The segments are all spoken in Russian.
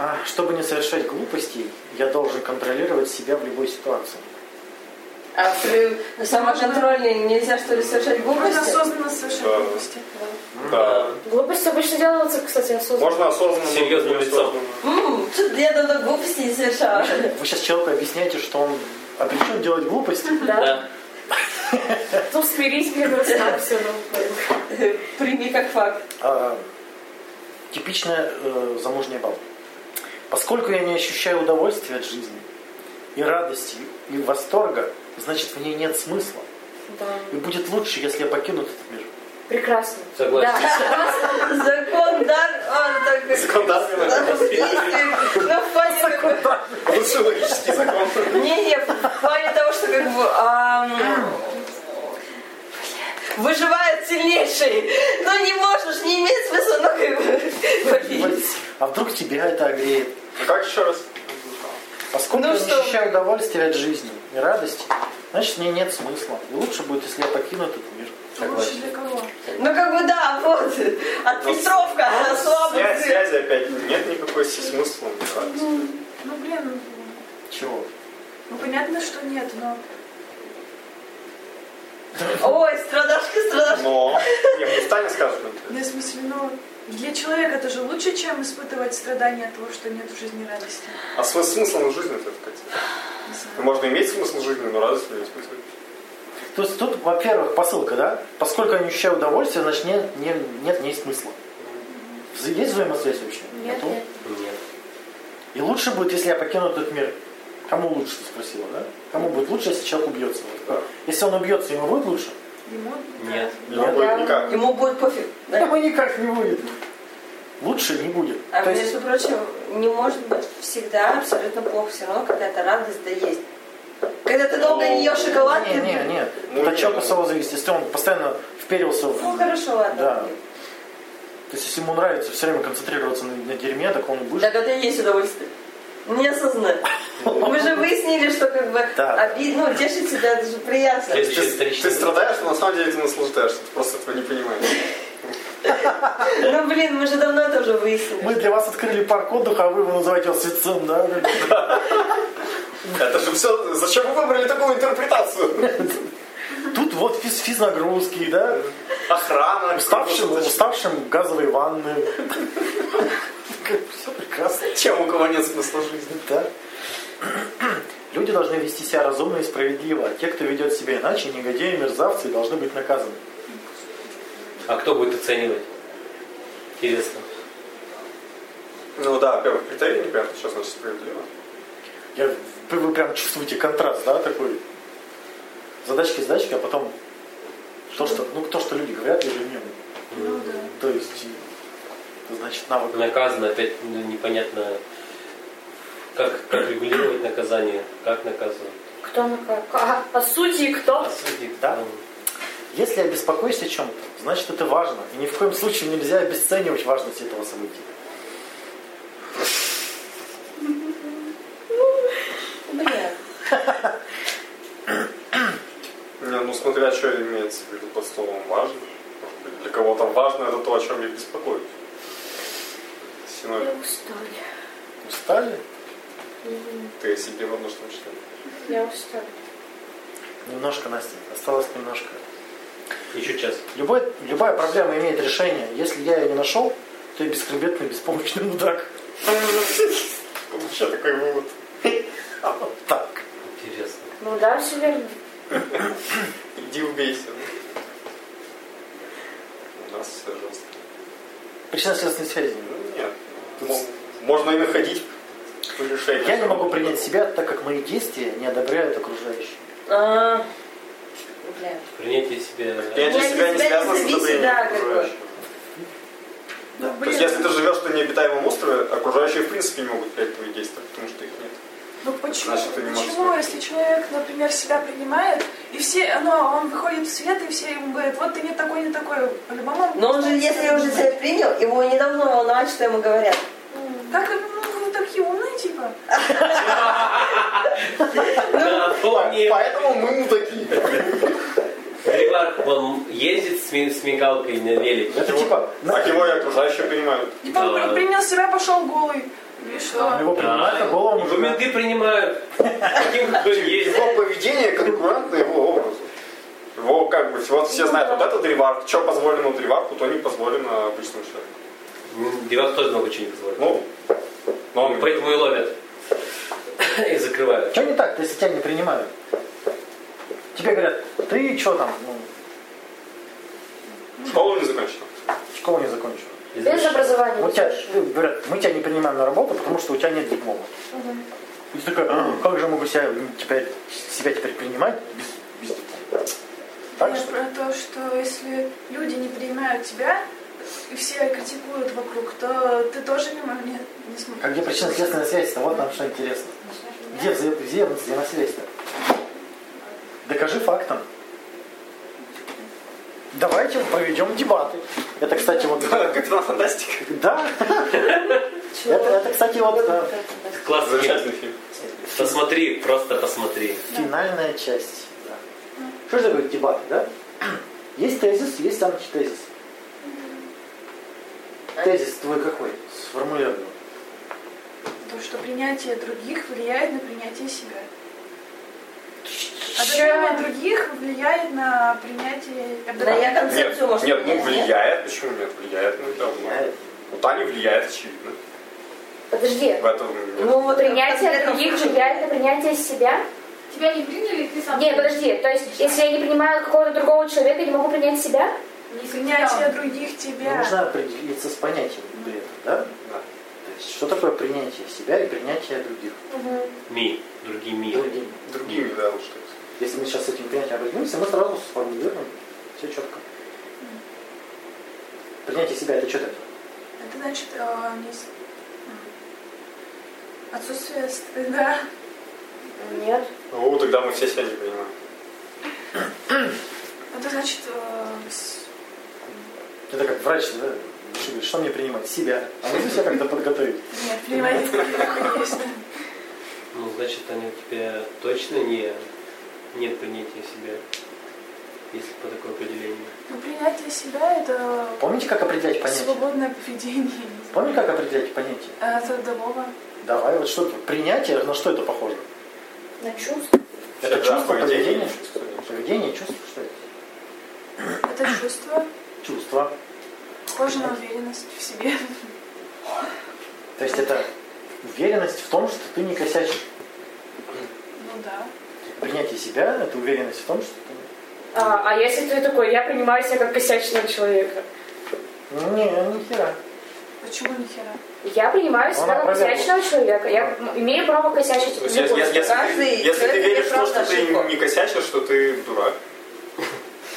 А, Чтобы не совершать глупостей, я должен контролировать себя в любой ситуации. А при самоконтроле нельзя, что ли, совершать Можно глупости? осознанно совершать Да. глупости. Да. Глупости обычно делаются, кстати, осознанно. Можно осознанно. Серьезным можно лицом. неосознанно. М, что-то я давно глупости не совершала. Вы сейчас человеку объясняете, что он обречен делать глупости. Да. Да. Ну, смирись, мне просто так все. Ну, Прими как факт. А, типичная э, замужняя баба. Поскольку я не ощущаю удовольствия от жизни и радости, и восторга, значит, в ней нет смысла. да. И будет лучше, если я покину этот мир. Прекрасно. Согласен. Закон дар, он такой. Ну, в плане такой- Лучше логический закон. Не, не, в плане того, что как бы ам, выживает сильнейший. Ну не можешь, не имеет смысла, ну как бы победить. А вдруг тебя это огреет? Ну Как еще раз? Поскольку Ну я не что? ощущаю удовольствия от жизни и радости, значит, в ней нет смысла. И лучше будет, если я покину этот мир. Лучше для кого? Ну как бы да, вот, отфильтровка, она Ну, Связь- слабая. Связи опять нет никакой си- смысла. не радости. Ну, ну, блин, Чего? ну понятно, что нет, но Ой, страдашка, страдашка. Но не, мне Таня скажет, ну, ну, в смысле, ну для человека это же лучше, чем испытывать страдания от того, что нет в жизни радости. а смы- смысл жизни это какая Не знаю. Ну, Можно иметь смысл жизни, но радость не испытывать. То есть тут, во-первых, посылка, да? Поскольку я не ощущаю удовольствия, значит, нет, не- нет, в ней смысла. Есть взаимосвязь вообще? Нет, Нету? нет. Нет. И лучше будет, если я покину этот мир. Кому лучше, ты спросила, да? Кому будет лучше, если человек убьется? Да. Если он убьется, ему будет лучше? Ему Нет. Не Нет. будет никак. Ему будет пофиг. да? Ему никак не будет. Лучше не будет. А То между есть, прочим, не может быть всегда абсолютно плохо, все равно какая-то радость да есть. Когда ты долго не ешь шоколад, Ну, не, ты- не, а, нет. Ну, Это нет, человек ну. особо зависит. Если он постоянно вперился в... ну хорошо, ладно. Да. То есть, если ему нравится все время концентрироваться на, на дерьме, так он и будет. Так это и есть удовольствие. Неосознанно. Мы же выяснили, что как бы Да. обидно, ну, тешить себя это же приятно. Ты- Ты, ты страдаешь, но на самом деле ты наслаждаешься. Ты просто этого не понимаешь. Ну блин, мы же давно это уже выяснили. Мы для вас открыли парк отдыха, а вы его называете святцем, да? Это же все... Зачем вы выбрали такую интерпретацию? Тут вот физ, физнагрузки, да? Охрана. Уставшим, кто-то- уставшим газовые ванны. Все прекрасно. Чем у кого нет смысла жизни? Да. Люди должны вести себя разумно и справедливо, а те, кто ведет себя иначе, негодяи и мерзавцы, должны быть наказаны. А кто будет оценивать? Интересно. Ну да, первых критерий непонятно, что значит справедливо. Я, вы, вы прям чувствуете контраст, да, такой? Задачки, задачки, а потом то, что, ну, то, что люди говорят ежедневно. ну да. То есть, и- это значит, навык. Наказано опять ну, непонятно, как, как регулировать наказание, как наказывать. Кто на как? А, а судьи кто? А судьи, Да? ну, Если я беспокоюсь о чем-то, значит это важно. И ни в коем случае нельзя обесценивать важность этого события. Блин. Не, ну смотря, что имеется в виду под словом важно. Может быть, для кого-то важно это то, о чем я беспокоюсь. Я Синоним. устала. Устали? Ты о себе во множественном числе. Я устала. Немножко, Настя, осталось немножко. Еще час. Любой, любая проблема имеет решение. Если я ее не нашел, то я бесхребетный, беспомощный мудак. Вообще такой вывод. А вот так. Интересно. Ну да, все верно. Иди убейся. У нас все жестко. Причинно-следственной связи. нет. Ну нет. Мол, Можно и находить решение. Я не могу принять себя, так как мои действия не одобряют окружающие. А, блин. Принятие себя. Принятие Я себя тебя не не связано с зависит, одобрением да, окружающих. Ну, То есть блин, если ты живешь на необитаемом острове, окружающие в принципе не могут принять твои действия, потому что их нет. ну почему? Значит, ты не можешь Почему, сказать. если человек, например, себя принимает, и все, ну, он выходит в свет, и все ему говорят, вот ты не такой, не такой, по-любому. он Но он же, перестает если себя уже принимать. себя принял, его не должно волновать, что ему говорят. Как ну, вы такие умные, типа? Да, вполне. Поэтому мы мудаки. Гривар, он ездит с, ми- с мигалкой на велике. Это типа... Так на- его и окружающие понимают. И он Да. принял себя, пошел голый. И что? Его принимают Ну, на голову его мужика. менты А, принимают. Каким кто ездит. Его поведение конкурентно его образу. Его как бы, вот все знают, вот это древарк, что позволено древарку, то не позволено обычному человеку. Девак тоже много чего не позволит. Ну, но он Поэтому и ловят. И закрывают. Что не так, если тебя не принимают? Тебе говорят, ты что там, ну, школу не закончил. школу не закончил. Без образования. Вот тебя ну, говорят, мы тебя не принимаем на работу, потому что у тебя нет диплома. И ты такой, «А, как же я могу себя теперь, себя теперь принимать без, без диплома? Так Я что ли? про то, что если люди не принимают тебя, и все критикуют вокруг, то ты тоже не, мо- не, не сможешь. А где причина следственная связь то Вот нам что интересно. Где, вза- где взаимосвязь-то? Докажи фактом. Давайте проведем дебаты. Это, кстати, вот... Капитан Фантастика. Да, это, это, кстати, вот э, Классный Замечательный фильм. Посмотри, просто посмотри. финальная часть. да. Что же такое дебаты, да? Есть тезис, есть антитезис. Тезис твой какой? Сформулируй. его. То, что принятие других влияет на принятие себя. А Ща. принятие других влияет на принятие... Да я Нет, концепцию, может, нет, ну поменять, нет? влияет, почему нет? Влияет, ну давно. Влияет. У Тани влияет, очевидно. Подожди. В этом нет. Ну, принятие Конкретно других включено. влияет на принятие себя? Тебя не приняли, ты сам. Не, подожди, то есть, если я не принимаю какого-то другого человека, я не могу принять себя? Не Принятие других тебя. ну, Ну, Нужно определиться с понятием при этом, да? Да. То есть, что такое принятие себя и принятие других? Ми. Другие ми. Другими. Другими, да, уж так. Если мы сейчас с этим принятием определимся, мы сразу сформулируем все четко. Принятие себя это что такое? Это значит э, не с- м. отсутствие стыда. Нет. О, Ну, тогда мы все себя не понимаем. Это значит э, с- Это как врач, да? Что говорит, Что мне принимать? Себя. А нужно себя как-то подготовить? нет, принимать других есть. Ну, значит, они у тебя точно не... Нет принятия себя. Если по такому определению. Ну, принятие себя это Помните, как определять понятие? свободное поведение. Помните, как определять понятие? А трудового. Давай, вот что принятие, на что это похоже? На чувство. Это Да, чувство, поведение, поведение? чувство, ничего. Поведение, чувство, что это? Это чувство, Чувство. похоже на уверенность в себе. То есть это уверенность в том, что ты не косячишь. Ну да. Принятие себя – это уверенность в том, что ты А, а если ты такой, я принимаю себя как косячного человека? Не, ни хера. Почему ни хера? Я принимаю себя Она как проверила. косячного человека. Я м, имею право косячить. Ну, То есть, если- если- если Каждый ты- если ты человек веришь в то, имеет право что на ты ошибку. не косячишь, что ты дурак.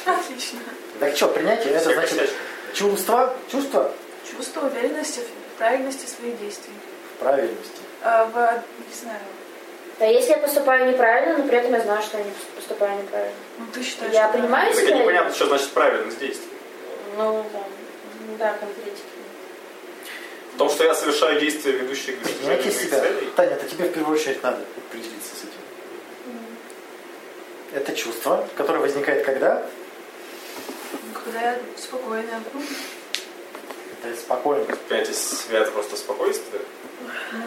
Отлично. Так что, принятие это Все значит косячат. чувство, чувство Чувство уверенности в правильности своих действий. в правильности. А, в, не знаю, Да, если я поступаю неправильно, но при этом я знаю, что я не поступаю неправильно. ну ты считаешь... Я что- а принимаю Так и себя? непонятно, что значит правильность действий. Ну, да. Ну, да, конкретики. В том, что я совершаю действия, ведущие к достижению Принятие моих себя. целей. Таня, это тебе в первую очередь надо определиться с этим. Это чувство, которое возникает когда? Ну, Когда я спокойна. Ну Это спокойно. Принятие себя это просто спокойствие. да.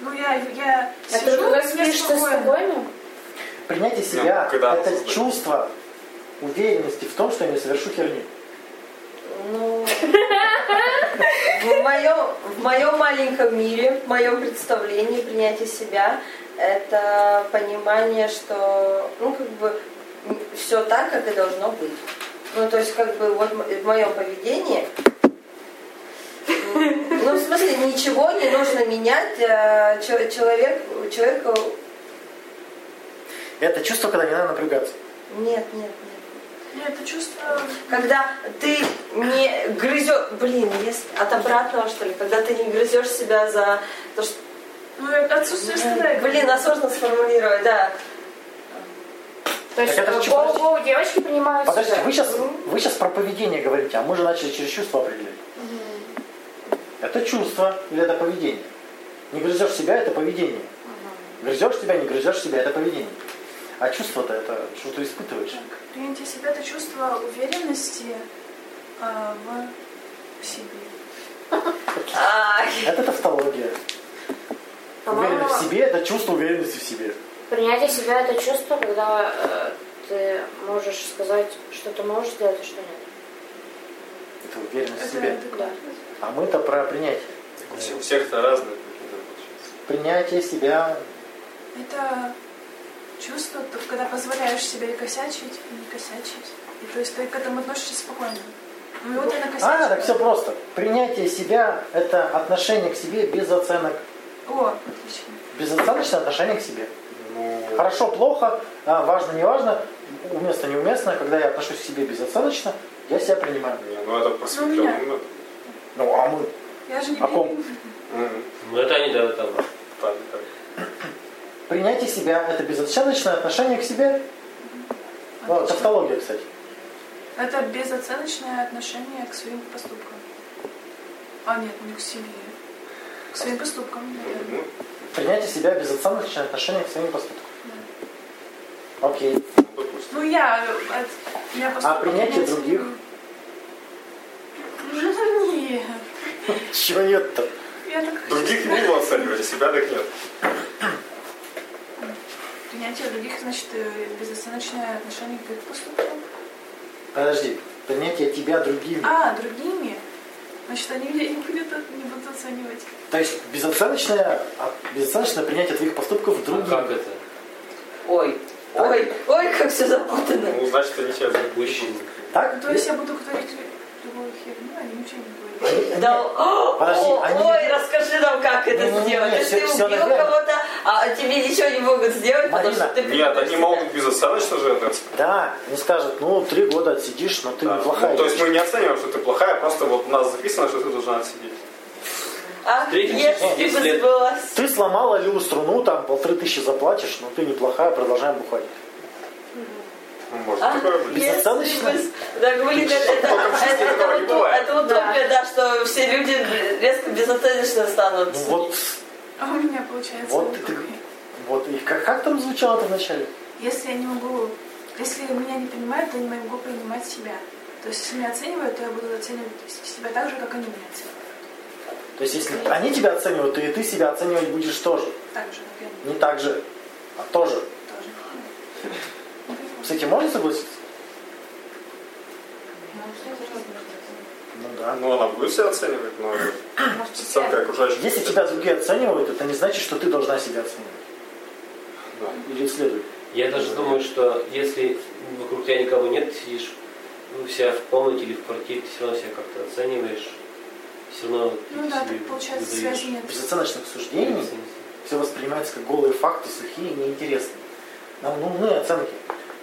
Ну я, я А ты сижу, когда я спишь, ты спокойно? Принятие себя Ну, когда это осознанно. чувство уверенности в том, что я не совершу херни. Ну, в моем, в моем маленьком мире, в моем представлении принятие себя это понимание, что ну как бы все так, как и должно быть. Ну, то есть, как бы, вот м- в моем поведении, м, ну, в смысле, ничего не нужно менять, э, че- человек, человеку, Это чувство, когда не надо напрягаться. нет, нет, нет. Нет, это чувство... Когда ты не грызешь, блин, если от обратного что ли, когда ты не грызешь себя за то, что, Ну, отсутствие стыда. я блин, говорю. а сложно сформулировать, да. То есть это э, чего? гоу-гоу девочки принимают Подождите, себя. вы сейчас, вы сейчас про поведение говорите, а мы же начали через чувство определять. Это чувство или это поведение? Не грызешь себя, это поведение. Грызешь себя, не грызешь себя, это поведение. А чувство-то это, что ты испытываешь? Так, принятие себя – это чувство уверенности а, в себе. А, Это тавтология. По-моему, Уверенность в себе – это чувство уверенности в себе. принятие себя это чувство, когда э, ты можешь сказать, что ты можешь сделать, а что нет. Это уверенность в Это- себе. это- Да. А мы-то про принятие. Все- У всех-то разные какие-то получаются. Принятие себя. Это чувство, то- когда позволяешь себе и косячить, и не косячить. И то есть ты к этому относишься спокойно. Ну и вот я накосячила. А, так все просто. Принятие себя – это отношение к себе без оценок. О, отлично. Безоценочное отношение к себе. Ну, Хорошо, плохо, а, важно, не важно, уместно, неуместно. Когда я отношусь к себе безоценочно, я себя принимаю. не, ну это меня. просветленно. Ну, а мы? Я же не О ком? Мгм. Ну это они, да, там. Так, так. Принятие себя – это безоценочное отношение к себе. Вот, Отлично. тавтология, кстати. Это безоценочное отношение к своим поступкам. А, нет, не к себе. К своим поступкам, наверное. Ну, Принятие себя безоценочное отношение к своим поступкам. Окей. ну, допустим. Ну я, э, от- я поступок А принятие не оценила. других? Нет, Чего нет-то? Ну, я так... Других не было оценивать, а себя так нет. Принятие других, значит, э, безоценочное отношение к их поступкам. Подожди. Принятие тебя другими. А, другими. Значит, они меня не будут, от- не будут оценивать. То есть безоценочное, а, безоценочное принятие твоих поступков А другими. как это? ой, ой, ой, как все запутано. Ну, значит, они тебя Упущение. Так? Ну, То есть я буду говорить другую херню, а они ничего не говорят. Да, о, Подожди, о, они- ой, расскажи нам, как это Не-не-не, сделать. всё- Если ты всё убил наверно. кого-то, а тебе ничего не могут сделать, потому Марина, что ты Нет, предал они себя. могут безоценочно же это. Да, они скажут, ну, три года отсидишь, но ты Да. неплохая. Ну, то есть мы не оцениваем, что ты плохая, просто вот у нас записано, что ты должна отсидеть. А Встретимся через если 10 бы лет. сбылась? Ты сломала левую струну, там полторы тысячи заплатишь, но ты неплохая, продолжаем бухать. Ну, может, А, такое быть. если Безоценочно? бы с- Да, блин, это, это, Только в жизни это, такого не утоп- бывает. это утопия, да, что все люди резко безоценочно станут. Ну, вот, А у меня получается... Вот ты- другое. вот, и как, как там звучало-то вначале? Если я не могу... Если меня не понимают, то я не могу принимать себя. То есть, если меня оценивают, то я буду оценивать себя так же, как они меня оценивают. То есть если они тебя оценивают, то и ты себя оценивать будешь тоже. Так же, как и они Не так же, а тоже. тоже. С этим можно согласиться? Ну да. Ну, она будет себя оценивать, но А, оценка окружающих. Если тебя другие оценивают, это не значит, что ты должна себя оценивать. Да. Или следует. Я даже думаю, что если вокруг тебя никого нет, ты сидишь у себя в комнате или в квартире, ты все равно себя как-то оцениваешь. Все равно ты Ну да, себе так получается, выдаёшь. связи нет. Безоценочных суждений все воспринимается как голые факты, сухие и неинтересные. Нам нужны оценки.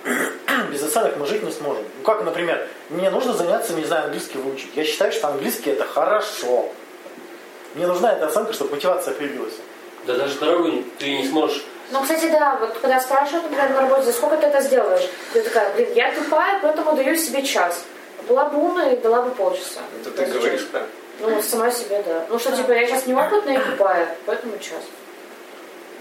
Без оценок мы жить не сможем. Ну как, например, мне нужно заняться, не знаю, английский выучить. Я считаю, что английский это хорошо. Мне нужна эта оценка, чтобы мотивация появилась. Да даже дорогу ты не сможешь. Ну, кстати, да, вот когда спрашивают, например, на работе, за сколько ты это сделаешь? Ты такая, блин, я тупая, поэтому даю себе час. Была бы умная и дала бы полчаса. Это ты говоришь, да? Ну, сама себе, да. Ну, что, типа, я сейчас неопытная и тупая, поэтому час.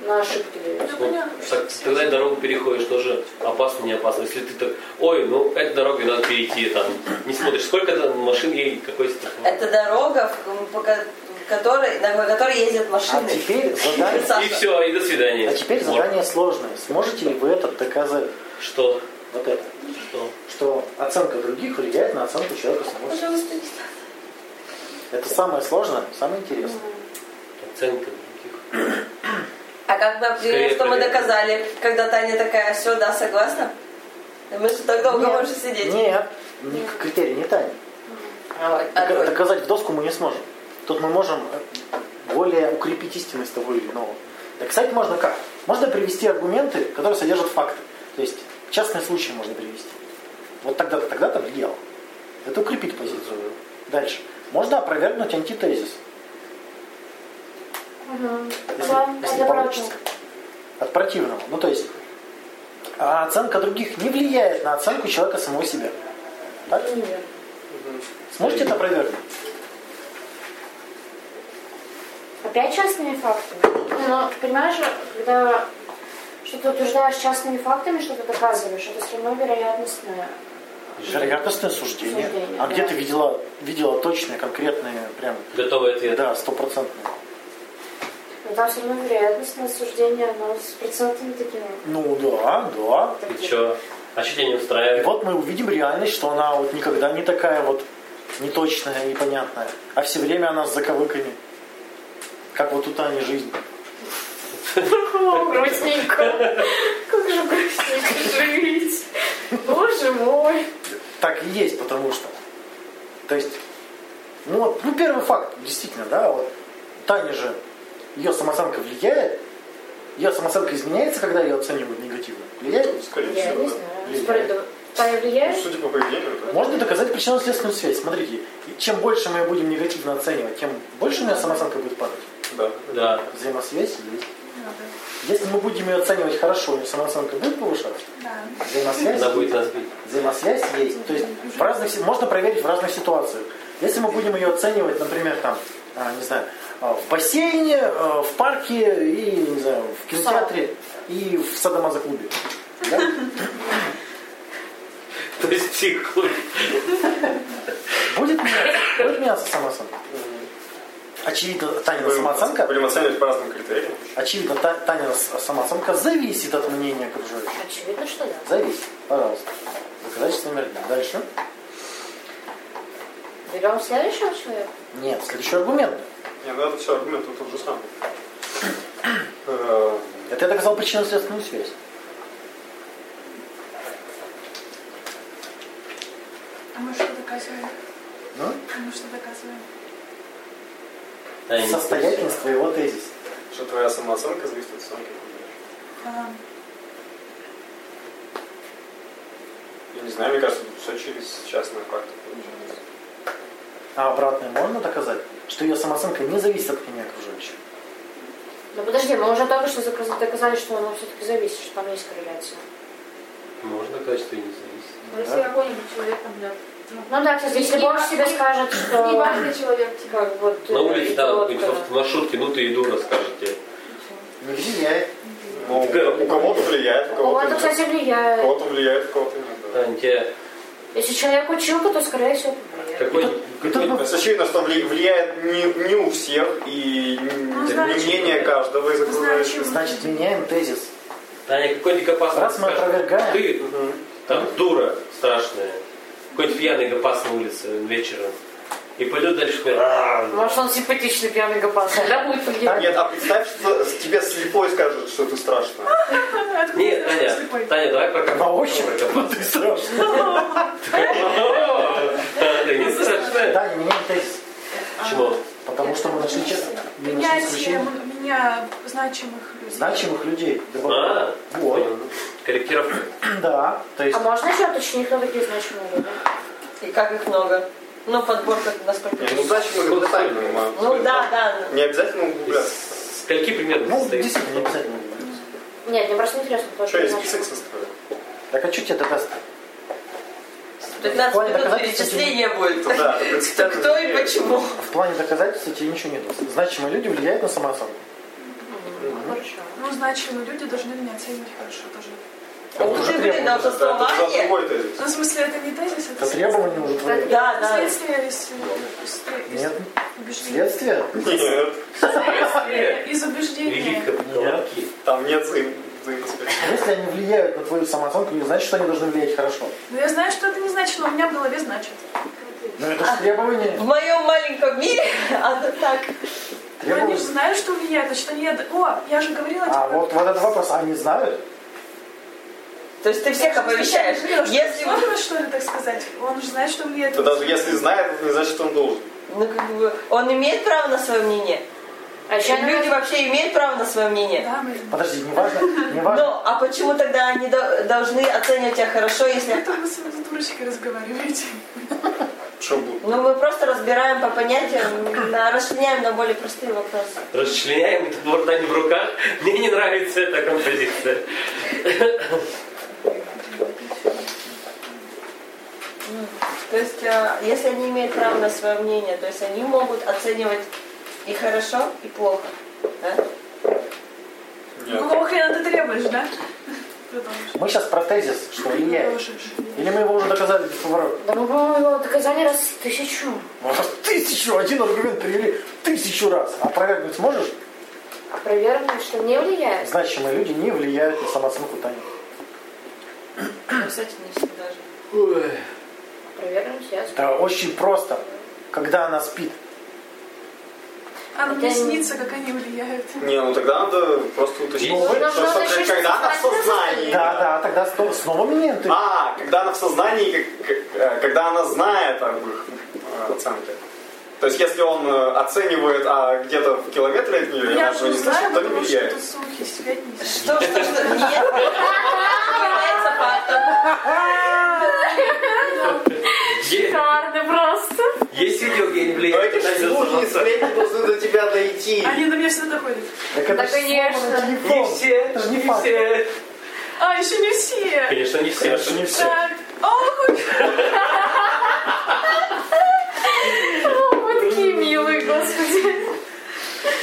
На ошибки даю. Ну, Вот. понятно, Так, что тогда связи. дорогу переходишь, тоже опасно, не опасно. Если ты так, ой, ну, этой дорогой надо перейти, там, не смотришь, сколько там машин едет, какой страховой. Это дорога, в- по ко- которой, на которой ездят А машины. теперь задание, Саша. И все, и до свидания. а теперь Вот. задание сложное. Сможете ли вы это доказать? Что? Вот это. Что? Что оценка других влияет на оценку человека самого. Пожалуйста, не ставь. Это самое сложное, самое интересное. Оценка других. А как мы определили, Скорее, что мы проверь. доказали, когда Таня такая, все, да, согласна? Мы же так долго Нет. можем сидеть. Нет, ни- критерий не тайный. А, а Дока- вот. Доказать в доску мы не сможем. Тут мы можем э, более укрепить истинность того или иного. Доказать можно как? Можно привести аргументы, которые содержат факты. То есть частные случаи можно привести. Вот тогда-то, тогда-то влияло. Это укрепит позицию. Дальше. Можно опровергнуть антитезис, Мгм. если, Да, если это правда. получится. От противного. Ну то есть а оценка других не влияет на оценку человека самого себя. Так? Нет. Сможете это опровергнуть? Опять частными фактами. Ну, Но, понимаешь, когда что ты утверждаешь частными фактами, что ты доказываешь, это все равно вероятностное. Вероятностное суждение. Суждение, А да. где ты видела, видела точные, конкретные, прям, э, Готовый ответ. да, стопроцентные? Но там все равно вероятностное суждение, оно с процентами таким. Ну да, да. И что? А что тебя не устраивает? И вот мы увидим реальность, что она вот никогда не такая вот неточная, непонятная, а все время она с заковыками. Как вот у Тани жизнь. О, грустненько. Как же грустненько жить. Боже мой. Так и есть, потому что. То есть, ну, вот, ну первый факт, действительно, да, вот Таня же, ее самооценка влияет, ее самооценка изменяется, когда ее оценивают негативно. Влияет? Скорее Я всего, не да. знаю. Влияет. Спорю, Таня Ну, влияет? Судя по поведению, да. Можно доказать причинно-следственную связь. Смотрите, и чем больше мы ее будем негативно оценивать, тем больше у меня самооценка будет падать. Да. Да. Взаимосвязь есть. Надо. Если мы будем ее оценивать хорошо, у нее самооценка будет повышаться. Да. Взаимосвязь Она есть. будет нас бить. Взаимосвязь есть. То есть в разных, си- можно проверить в разных ситуациях. Если мы будем ее оценивать, например, там, а, не знаю, а, в бассейне, а, в парке и, не знаю, в кинотеатре и в садомазоклубе. Да? То есть псих. Будет меняться, будет меняться самооценка. Очевидно, Танина Будем- самооценка, Будем оценивать по разным критериям. очевидно, Та- Танина с- самооценка зависит от мнения окружающих. Очевидно, что да. Зависит, пожалуйста. Доказательство номер один. Дальше. Берем следующего человека. Нет, следующий аргумент. Не, ну это все аргумент тот же самый. Э, Это я доказал причинно-следственную связь. А мы что доказываем? Ну? А мы что доказываем? Да, я не Состоятельность твоего тезиса. Что твоя самооценка зависит от оценки окружающих. А, Я не знаю, мне кажется, тут все через частные факты получается. А обратное можно доказать, что ее самооценка не зависит от мнения окружающих. Но Ну, подожди, мы уже только что заказ- доказали, что оно все-таки зависит, что там есть корреляция. согласен. Можно доказать, что я не зависит. Если какой-нибудь человек там, да. Ну да, кстати, если Не- Бог себе скажет, что... Неважный человек, типа. Как вот, На э, улице, да, идиотка. какой-нибудь в маршрутке, ну ты и дура, скажет тебе. Не влияет. Ну, у кого-то влияет, у У кого-то, кого-то кстати, нет. влияет. У кого-то влияет, у кого-то нет. да. Таня, тебе Если человек училка, то, скорее всего, повлияет. какой Это- То есть Ну, очевидно, что вли- влияет не, не у всех и Ну, не, знаете, не мнение каждого из знаете, окружающих. Значит, меняем тезис. Таня, какой-нибудь гопас Раз мы скажет, опровергаем. Ты ну, Мгм. там дура страшная. Какой-нибудь пьяный гопас на улице вечером. И пойдет дальше такой, «Rar». Может, он симпатичный пьяный гопас, тогда будет повлиять. Нет, а представь, что с- тебе слепой скажет, что ты страшно. Нет, Таня, Слепой. Таня, давай пока. На ощупь? Про гопаса. Ты страшно. О, Таня, не страшная. Да, не меняем тезис. Почему? Потому что мы нашли честно. Мы нашли Принятие исключение м- меня значимых людей. значимых людей. Добавляем. А, Вот. корректировка. Да. То есть А можно еще уточнить, кто такие значимые люди? И как их много? Ну, подборка насколько... Не, Ну, значит, мы это сами понимаем. Ну, да, да. Не обязательно углубляться. Из скольки примерно ну, состоит? действительно, не обязательно. меняем. Нет, мне просто интересно, кто Что, я такие список значимые. составил? Так а что тебе доказать? 15 минут Доказательств перечисления будет. Да, это представь. Кто и почему. В плане доказательств тебе ничего не даст. Значимые люди влияют на самооценку. Мгм, Хорошо. Ну, значимые люди должны меня оценивать хорошо тоже. Это Ух уже ты, блин, на требование. Да, это за основании. другой тезис. Ну, в смысле, это не тезис, это Это требование уже твое. Да, да. следствие из, из, из Нет. убеждений. Следствие? Нет, Следствие из убеждения. Великие колобки. там нет взаим- взаимосвязи. Если они влияют на твою самооценку, не значит, что они должны влиять хорошо. Но Ну, я знаю, что это не значит, но у меня в голове значит. Но Ну, это же требование. В моем маленьком мире оно так. Но они Требование. же знают, что влияет, значит, они... од- О, я же говорила типа, А тебе. вот, вот этот вопрос, они знают? То есть ты всех оповещаешь. Если... Сложно, что ли, так сказать? Он же знает, что влияет. Это даже если знает, это не значит, что он должен. Ну, как бы, он имеет право на свое мнение. А еще Люди вообще имеют право на свое мнение. Да, мы... Подожди, не важно, не важно. Ну, а почему тогда они до- должны оценивать тебя хорошо, если... Это вы с этой дурочкой разговариваете. Почему? Ну, мы просто разбираем по понятиям, на- расчленяем на более простые вопросы. Расчленяем этот мордань в руках. Мне не нравится эта композиция. То есть, э, если они имеют право на свое мнение, то есть они могут оценивать и хорошо, и плохо. да? Нет. Какого хрена ты требуешь, да? Продолжишь. Мы сейчас про тезис, что влияет. Продолжишь. Или мы его уже доказали без поворота? Да мы, по-моему, его доказали раз в тысячу. Может, тысячу, один аргумент привели тысячу раз. Опровергнуть сможешь? Опровергнуть, что не влияет. Значимые люди не влияют на самооценку Тани. Кстати, не всегда же. Опровергнуть я. Это очень просто. Когда она спит, А ну мне Это не- снится, как они влияют. Не, ну тогда надо просто уточнить. Ну, вы- что, Нужно что- еще когда она в сознательно сознании. Да, да, тогда сто- снова моменты. А, когда она в сознании, как- как- э, когда она знает об их э, оценке. То есть, если он э, оценивает а, где-то в километре от нее, Я она же же не слышит, знаю, то не потому что влияет. тут слухи себя не Что, что, что? Нет, не является фактом. Е- Шикарно просто. Есть видео, где не Но влияет эти на же слухи и самооценку. сплетни должны до тебя дойти. Они до меня всегда доходят. Так Да, это ж снова конечно. на телефон. Не все, Это же не не факт. все. А, еще не все. Конечно, не все. Конечно, не все. Так. А, Ох, ух, О, вы такие милые, господи.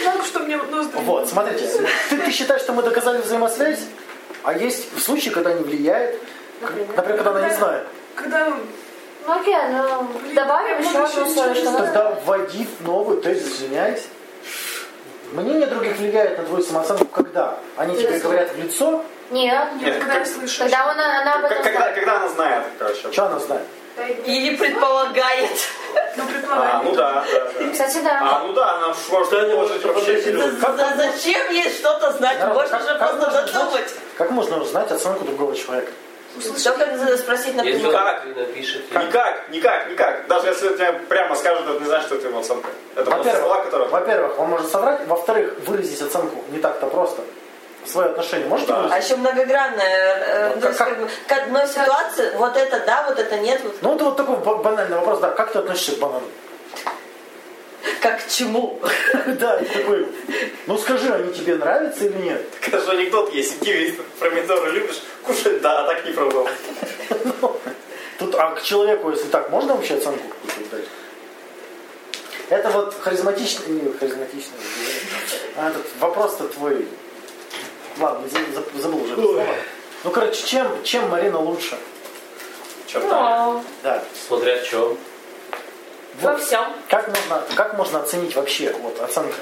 ну что мне ноздри. Вот, смотрите, ты, ты считаешь, что мы доказали взаимосвязь, а есть случаи, когда не влияет, К- например, когда она не знает. Когда ну, Ну окей, ну добавим я еще вообще одно условие, что ничего не надо... Тогда вводи новый тезис, извиняюсь. Мнение других влияет на твою самооценку, когда они тебе говорят в лицо, Нет, я никогда не слышу. тогда он, она об К- этом Когда, знает. когда она знает, короче. об что она знает. Или предполагает. Ну, А, ну предполагаю. да, да, да. Кстати, да. А, ну да, она ж может положить вообще За- вперед. за- Зачем ей что-то знать? Народ, Можно как- же как просто можно додумать. Как можно узнать оценку другого человека? Что как спросить, Если например? она напишет. Никак, никак, никак. Даже если тебе прямо скажут, это не значит, что это его оценка. Это просто слова, которые... Во-первых, во-первых, он может соврать, во-вторых, выразить оценку не так-то просто. Свое отношение можете Да. выразить? А еще многогранная. э, Ну, то есть, как- как бы, К одной ситуации вот это да, вот это нет, вот Ну, это вот такой ба- банальный вопрос, да, как ты относишься к банану? как к чему? Да, это такой, ну скажи, они тебе нравятся или нет? Скажу анекдот есть. Киви помидоры любишь? Кушать? Да, а так не пробовал. Тут, а к человеку, если так, можно вообще оценку какую-то дать? Это вот харизматичный, не харизматичный, а этот вопрос-то твой. Ладно, за- за- забыл уже это слово. Ну, короче, чем, чем Марина лучше? Черта. Да. Смотря в чем. Во Вот. всем. Как можно, как можно оценить вообще вот оценка?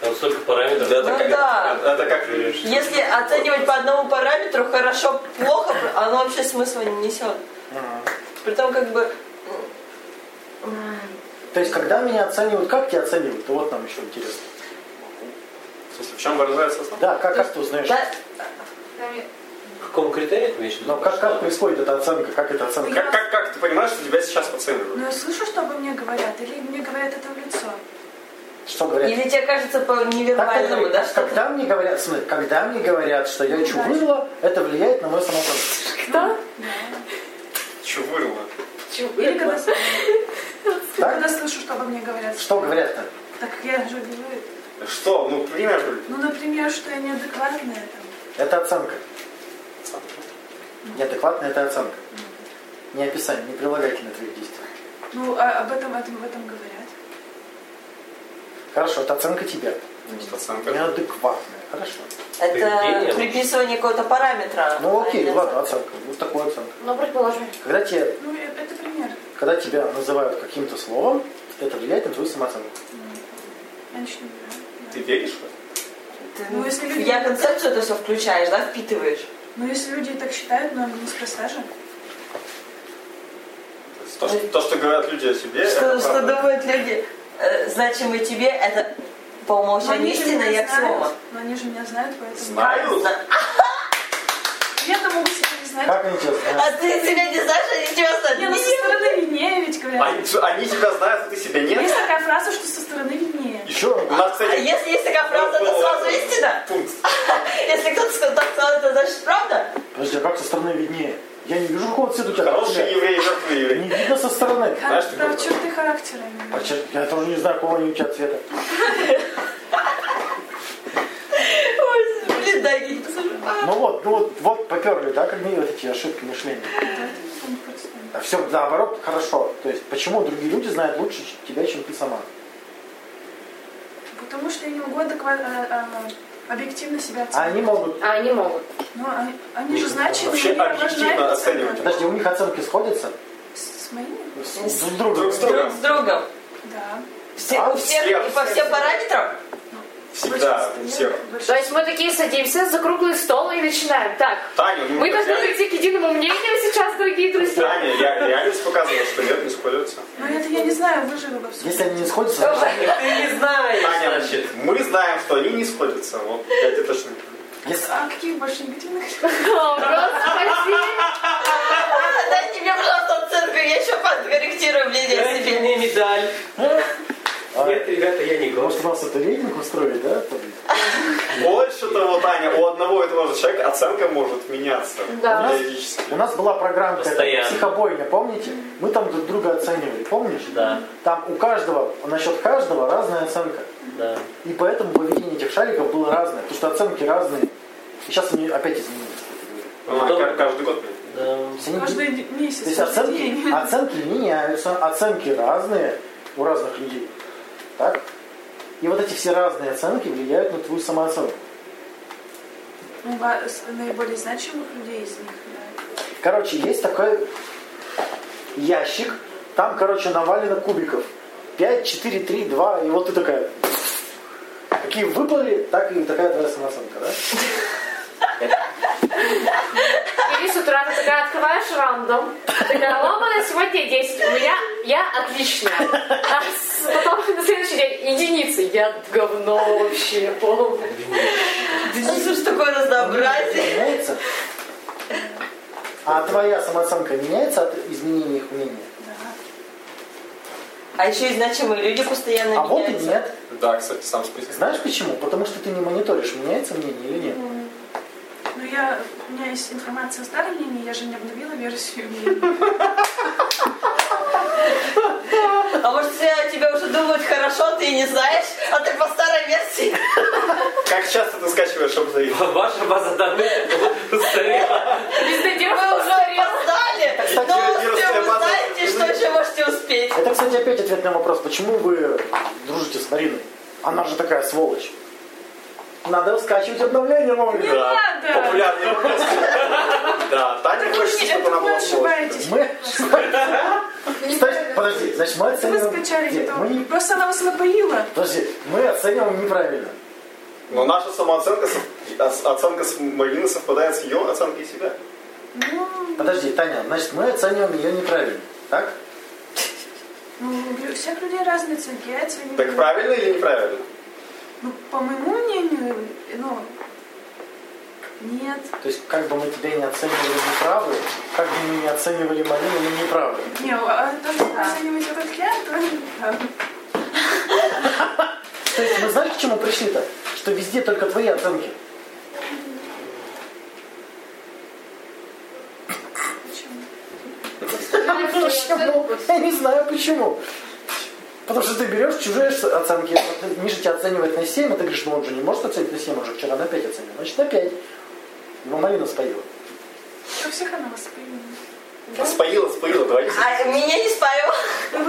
Там столько параметров. Да, это Ну как- да. Это как видишь. Если оценивать по одному параметру хорошо, плохо, оно вообще смысла не несет. Притом как бы То есть, когда меня оценивают, как тебя оценивают? Вот нам еще интересно. В смысле, в чем выражается основа? Да, как, как ты узнаешь? да, В каком критерии ты имеешь в виду? Но Ну, как, как происходит эта оценка? Как эта оценка? Как, как, как ты понимаешь, что тебя сейчас Ну, оценивают? я слышу, что обо мне говорят, или мне говорят это в лицо. Что говорят? или тебе кажется по Так, как невербальному, говорю, ну, да, что когда мне говорят, смотри, когда мне говорят, что я чувырла, это влияет на мою самооценку. Кто? Чувырла. Или когда, когда Так? слышу, что обо мне говорят. Что говорят-то? Так я же говорю, Что? Ну, пример. ну, например, что я неадекватная там. Это оценка. Неадекватная это оценка. Не описание, не прилагательное твоих действий. Ну, а об этом, этом, об этом говорят. Хорошо, это оценка тебя. Значит, оценка. Неадекватная. Хорошо. это Поведение. приписывание какого-то параметра. Ну а не окей, ладно, оценка. оценка. Вот такую оценку. Ну, предположим. Когда, тебе, Ну, э- это пример. когда тебя называют каким-то словом, это влияет на твою самооценку. Я начну, да. Ты веришь в это? Ты, Ну, если люди- Я концепцию это все включаешь, да, впитываешь. Ну, если люди так считают, но неспроста же. То есть То, что, то, что говорят люди о себе, Что, это что правда. думают люди, э, значимые тебе, это по Но умолчанию они же истина и меня аксиома. знают. Но они же меня знают, поэтому... Знают? Я-то могу себя не знать. Как они тебя А знают? ты себя не знаешь, они тебя знают. Не, ну, со Нет. стороны виднее ведь говорят. Они, они тебя знают, а ты себя нет? Есть такая фраза, что со стороны виднее. Еще У нас, А кстати, если есть такая фраза, это был сразу этот истина? Пункт. Если кто-то сказал, так сказал, это значит правда? Подожди, а как со стороны виднее? Я не вижу какого цвета у тебя. Хороший картина. еврей, мертвый еврей. Не видно со стороны. Хар- Знаешь, ты Про как-то- черты характера. А именно. чё- Я тоже не знаю, какого они у тебя цвета. Ой, блин, да, я не послушаю. Ну вот, ну вот, вот поперли, да, как мне вот эти ошибки мышления. Ну, просто. А все наоборот хорошо. То есть почему другие люди знают лучше ч- тебя, чем ты сама? Потому что я не могу адекватно э, объективно себя А оценивать. они могут... А они могут. Ну, они, они же значимы, Вообще у них объективно важна оценивать. оценка. Подожди, у них оценки сходятся? С, с моими? С- Друг с другом. Друг с другом. А С другом. Да. Все- А, у всех всех. и по всем параметрам? Всегда, Большинство- всех. большинство- То есть мы такие садимся за круглый стол и начинаем. Так, Таня, ну, мы должны реально- прийти к единому мнению сейчас, дорогие друзья. Таня, я реальность показывала, что нет, не сходятся. Ну, это я не знаю, вы же его Если обсуждаете. они не сходятся, значит, Ты не знаешь. Таня, мы знаем, что они не сходятся. Вот, я тебе точно не говорю. если- А каких больше негативных? Ну, О, Просто спасибо. А, Дайте мне, пожалуйста, оценку, я еще подкорректирую мнение о Дайте себе. мне медаль. А, Нет, ребята, я не Может, готов. у нас это рейтинг устроить, да? там? Больше того, Таня, у одного и того же человека оценка может меняться. Да. Периодически. У нас была программа Постоянно. «Психобойня», помните? Мы там друг друга оценивали, помнишь? Да. Там у каждого, насчет каждого разная оценка. Да. И поэтому поведение этих шариков было разное, потому что оценки разные. И сейчас они опять изменились. Она Потом- ка- Ну, а каждый год меняется. Да. То есть они- Каждый месяц. То есть каждый оценки, день. оценки меняются, оценки разные у разных людей. Так? И вот эти все разные оценки влияют на твою самооценку. Ну, ба- с- Наиболее значимых людей из них, да. Короче, есть такой ящик, там, короче, навалено кубиков. 5, 4, 3, 2, и вот ты такая. Какие выпали, так и такая твоя самооценка, да? Или с утра ты такая открываешь рандом, такая, ломаная, сегодня 10, у меня, я отличная. А с- потом на следующий день единицы, я говно вообще, полное. Ну, Слушай, такое разнообразие. Меняется. А твоя самооценка меняется от изменения их мнения? А еще и значимые люди постоянно А вот и меняются. нет. Да, кстати, сам список. Знаешь почему? Потому что ты не мониторишь, меняется мнение или нет. Ну, я, у меня есть информация о старой линии, я же не обновила версию. мне. А может, все о тебе уже думают хорошо, ты и не знаешь, а ты по старой версии. Как часто ты скачиваешь обзоры? Ваша база данных устарела. Вы уже опоздали, Кстати, но я успеем, версия вы базы. знаете, что еще можете успеть. Это, кстати, опять ответ на вопрос, почему вы дружите с Мариной? Она же такая сволочь. Надо скачивать обновление вовремя. надо. Популярный вопрос. Да, Таня Это вы хочет, не- чтобы это она вы была сволочь. ошибаетесь. Мы Значит, подожди, значит, мы Это вы оцениваем... скачали Нет, потом. мы не- Просто она вас напоила. Подожди, мы оцениваем неправильно. Но наша самооценка, сов- ос- оценка с Марины совпадает с ее оценкой себя. Подожди, Таня, значит, мы оцениваем ее неправильно, так? Ну, у лю- всех людей разные оценки, я оцениваю. Так правильно или неправильно? Ну, по моему мнению, ну, нет. То есть, как бы мы тебя не оценивали неправы, как бы мы не оценивали Марину, мы неправы. Не, а то, что вы оцениваете этот хлеб, то да. То есть, мы знаешь, к чему пришли-то? Что везде только твои оценки. Почему? Почему? Я не знаю почему. Потому что ты берешь чужие с- оценки. Вот Миша тебя оценивает на 7, а ты говоришь, ну он же не может оценить на 7, он же вчера на 5 оценил. Значит, на 5. Его Марина споила. У всех она вас напоила. Споила, споила, давайте. А меня не спаивал,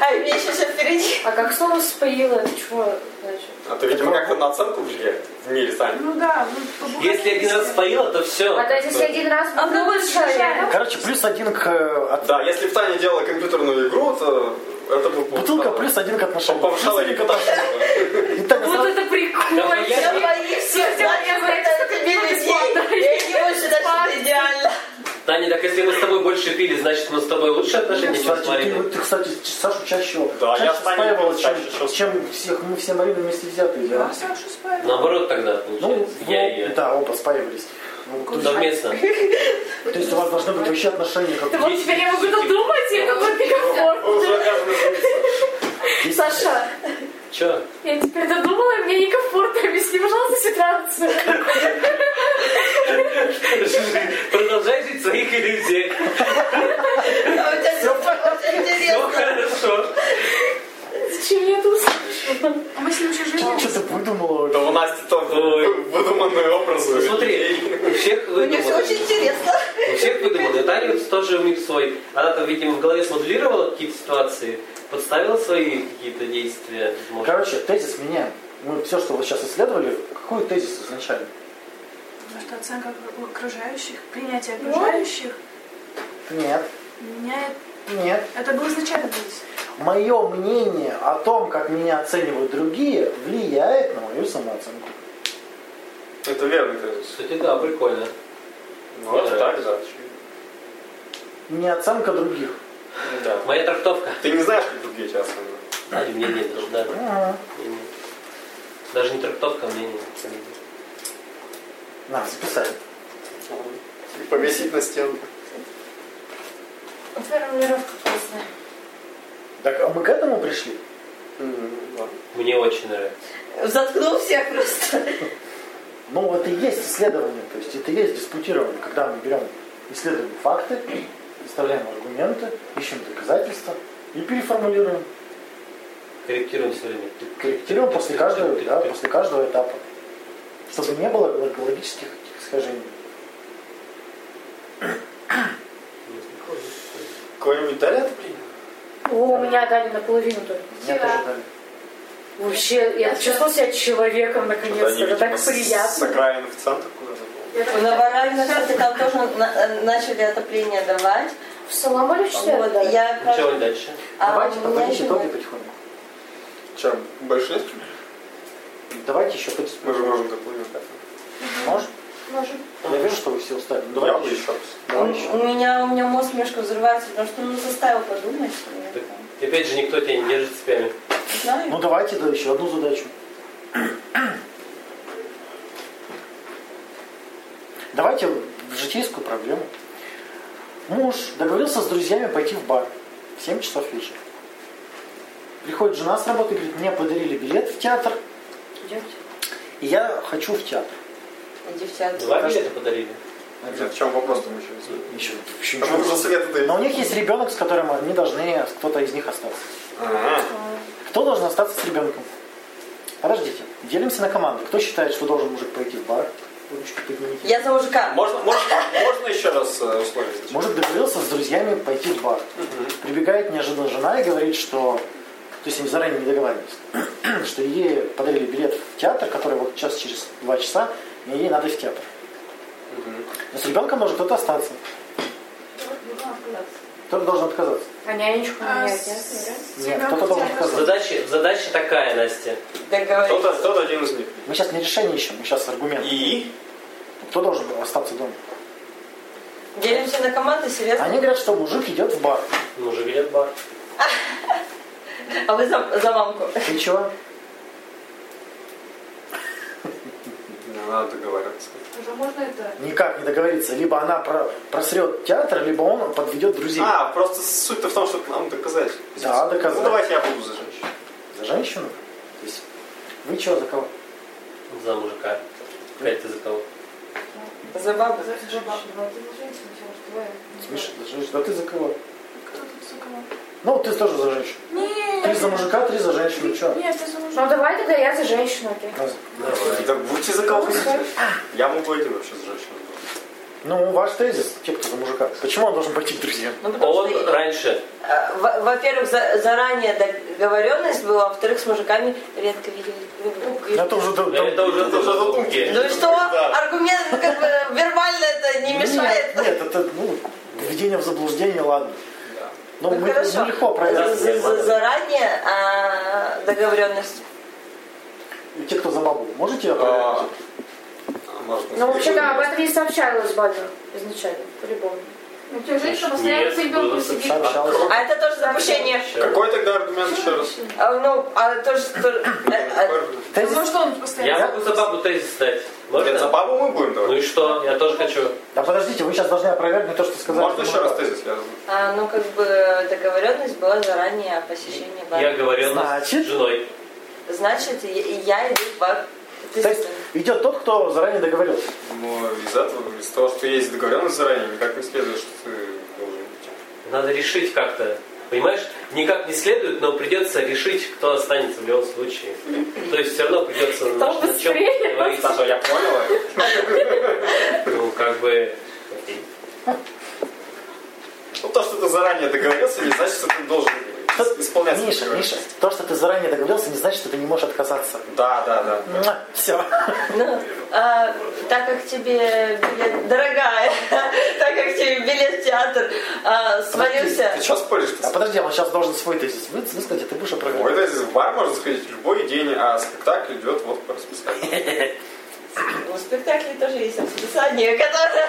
а меня еще все впереди. А как слово споила, это чего значит? А то, видимо, как-то на оценку влияет в мире, Таня. Ну да, ну, побухать Если один раз вместе. споила, то все. А то есть, если один раз А ну, вы с человеком, Короче, плюс один к... э, от- Да, если в Тане делала компьютерную игру, то это бы Бутылка повышало- плюс один к отношениям. повышало Плюс один к репутацию. отношениям. И Таня вот сразу- это Да, я- прикольно. Я боюсь, что я знаю, тебе людей, я не буду считать, что это идеально. Таня, так если мы с тобой больше пили, значит, мы с тобой лучше отношения, чем с Кстати, ты, Мариной. ты, кстати, Сашу чаще, Да, чаще я с Таней спаивала, был чем, чаще, чем- чем всех, мы все Марины вместе взятые. Я Да? Сашу спаивала. Наоборот тогда Ну, получается. ну, Я и я. да, оба спаивались. Ну, то, есть, Совместно. то есть у вас должны быть вообще отношения как Вот теперь я могу додумать, и это будет комфортно. Вы уже обязаны жениться. Саша, Че? я теперь додумала, и мне некомфортно. Объясни, пожалуйста, ситуацию. Продолжай жить в своих иллюзиях. А у тебя всё очень Все интересно. хорошо. Зачем я это ну, услышала? А мы с ним еще жили. Что ты выдумала? Да у Насти там Ой. выдуманные образы. Ну, Смотри, у всех Мне все выдумано. очень интересно. У всех выдумано. Таня вот тоже у них свой. Она там, видимо, в голове смоделировала какие-то ситуации, подставила свои какие-то действия. может. Короче, тезис меняем. мы все, что вы сейчас исследовали, какой тезис изначально? Потому что оценка у окружающих, принятие окружающих Нет, меняет... нет. Это был изначально тезис. Мое мнение о том, как меня оценивают другие, влияет на мою самооценку. Это верный тезис. Кстати, да, прикольно. Ну, это так, да. Не оценка других. Да. Моя трактовка. Ты не знаешь, как другие тебя оценивают. Или мнение даже, да. Ага. мнение. Даже не трактовка, а мнение. На, записали. И повесить на стену. Формулировка классная. Так, а мы к этому пришли? Мне очень нравится. Заткнул всех просто. Ну, это и есть исследование, то есть это и есть диспутирование, когда мы берем, исследуем факты, представляем аргументы, ищем доказательства и переформулируем, Корректируем все время. корректируем после каждого, да, после каждого этапа, чтобы не было логических каких-то искажений. Кого-нибудь дали это О, у меня дали наполовину только. Меня тоже дали. Вообще, я чувствовал себя человеком наконец-то. Это так С приятно. окраин в центр куда-то. У Наваральна, кстати, там тоже на- э, начали отопление давать. В Соломоне что Вот, ли? я Ну, чего дальше? а Давайте у меня подводить еще итоги нет. потихоньку. Чем? Больше есть? Давайте еще подис- Мы же можем доплывем. Может? Можем. Я вижу, что вы все устали. Ну, Я давайте бы еще. еще. Давай У- еще. У меня, у меня мозг немножко взрывается, потому что ну, заставил подумать. Так, опять же, никто тебя не держит цепями. Не знаю. Ну давайте да, еще одну задачу. Давайте в житейскую проблему. Муж договорился с друзьями пойти в бар в 7 часов вечера. Приходит жена с работы и говорит, мне подарили билет в театр, Идемте. и я хочу в театр. Иди в театр. Два билета подарили. В чем вопрос там еще? есть? Ничего, вообще А мы уже ничего. света даем. Но у них есть ребенок, с которым они должны, кто-то из них остаться. Ага. Кто должен остаться с ребенком? Подождите, делимся на команды. Кто считает, что должен мужик пойти в бар? Ручки поднимите. Я за мужика. Можно, можно, можно еще раз э, условия? зачитать? Мужик договорился с друзьями пойти в бар. Прибегает неожиданно жена и говорит, что... То есть они заранее не договаривались. что ей подарили билет в театр, который вот час через два часа, и ей надо в театр. Но с ребенком должен кто-то остаться. Кто-то должен отказаться. А нянечку А, менять, с- нет? с Нет, ребенком кто-то должен тебя сказать. Задача, задача такая, Настя. Договорились. Кто-то кто один из них. Мы сейчас не решение ищем, мы сейчас аргумент. И? Кто должен остаться дома? Делимся на команды, серьезно. Они говорят, что мужик идет в бар. Ну, уже билет в бар. А вы за, за мамку. Ты чего? Не надо договариваться. Уже можно это? никак не договориться. Либо она про- просрет театр, либо он подведет друзей. А, просто суть-то в том, чтобы нам доказать. Да, доказать. Ну, давайте я буду за женщину. За женщину? То есть, вы чего за кого? За мужика. Опять ты за кого? За бабу. За бабу. Ну, ты не женщина, всё, уж твоя. Миша, за женщину. Да ты за кого? Кто тут за кого? Ну, ты тоже за женщину. Нет. Три за мужика, три за женщину. Че? Нет, я за мужика. Ну давай тогда я за женщину, окей. Давай. Да будьте за кого хотите. Я могу один вообще за женщину. Ну, ваш тезис, те, кто за мужика. Почему он должен пойти к друзьям? Ну, потому что Он я- раньше. а, во- Во-первых, за- заранее договоренность была, во-вторых, с мужиками редко видели друг друга. Ну, Это уже... до- до- Это уже это уже задумки. задумки. Ну и что? Аргумент ну, как бы вербально это не Нет, мешает. нет, это, ну, введение в заблуждение, ладно. Да. Ну, Ну, мы, хорошо. мы легко За- проверим. Да. за- за- Заранее а, договоренность. И Те, кто за бабу, можете ее А, проверить? а может, Ну, вообще, да, об этом и сообщалось Бабе изначально, по-любому. Ну, тебе женщина Нет, постоянно с ребенком было сидит. Сообщалось. А это тоже запущение. Какой тогда аргумент еще раз? А, Ну, а то, что... а- Э, Какой а- аргумент? Тезис? Ну что он постоянно... Я могу за бабу тезис дать. Нет, за Можно? бабу мы будем Ну давать. и что? Я тоже хочу. Да подождите, вы сейчас должны опровергнуть то, что сказали. Можно еще раз тезис? Я... а, Ну, как бы договоренность была заранее о посещении Я бара. говорил с Значит? женой. Значит, я- я иду в бар. Ты То есть идет тот, кто заранее договорился. Ну, из этого, из того, что есть договоренность заранее, никак не следует, что ты должен идти. Надо решить как-то. Понимаешь, никак не следует, но придется решить, кто останется в любом случае. То есть все равно придется на, на чем быстрее. договориться. Саша, я понял. Ну, как бы... окей. Ну, то, что ты заранее договорился, не значит, что ты должен. то- исполнять свои Миша, Миша, договоренности. то, что ты заранее договорился, не значит, что ты не можешь отказаться. Да, да, да. Все. Ну, а, так как тебе билет, дорогая, так как тебе билет в театр а, свалился, Ты что споришь-то? А подожди, он сейчас должен свой тезис вы- высказать, а ты будешь Ой, опровергать. да, здесь в бар можно сходить в любой день, а спектакль идет вот по расписанию. у спектаклей Ну, тоже есть расписание, которое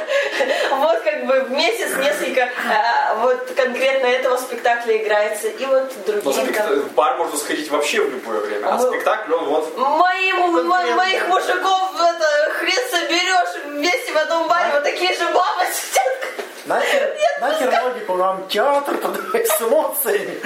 вот как бы в месяц несколько а, вот конкретно этого спектакля играется, и вот Но другие спект- там. В бар можно сходить вообще в любое время, а А мы- спектакль он вот... Моим, мо- моих мужиков это, хрен соберешь вместе в одном баре, вот такие же бабы сидят. Нахер, нахер логику, нам театр подавай с эмоциями.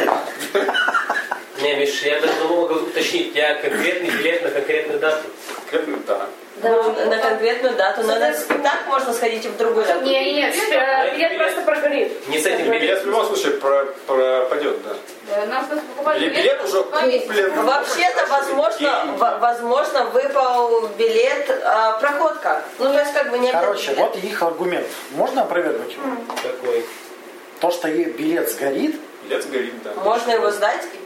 Не, Миш, я даже могу уточнить, я конкретный билет на конкретную дату. конкретно, Да. Ну, на конкретную дату, но на спектакль можно сходить и в другую дату. Не, нет, э, билет просто прогорит. Не с этим Билет в билетом. любом случае а, про- пропадет, да. Да, Нам просто покупали Или билет уже куплен. А Вообще-то, возможно, Деньги. в- возможно, выпал билет а, проходка. Ну, то есть, как бы не Короче, обязательно вот их аргумент. Можно опровергнуть его? Какой? То, что и билет сгорит, Билет сгорит, да. билет. Можно его сдать. и-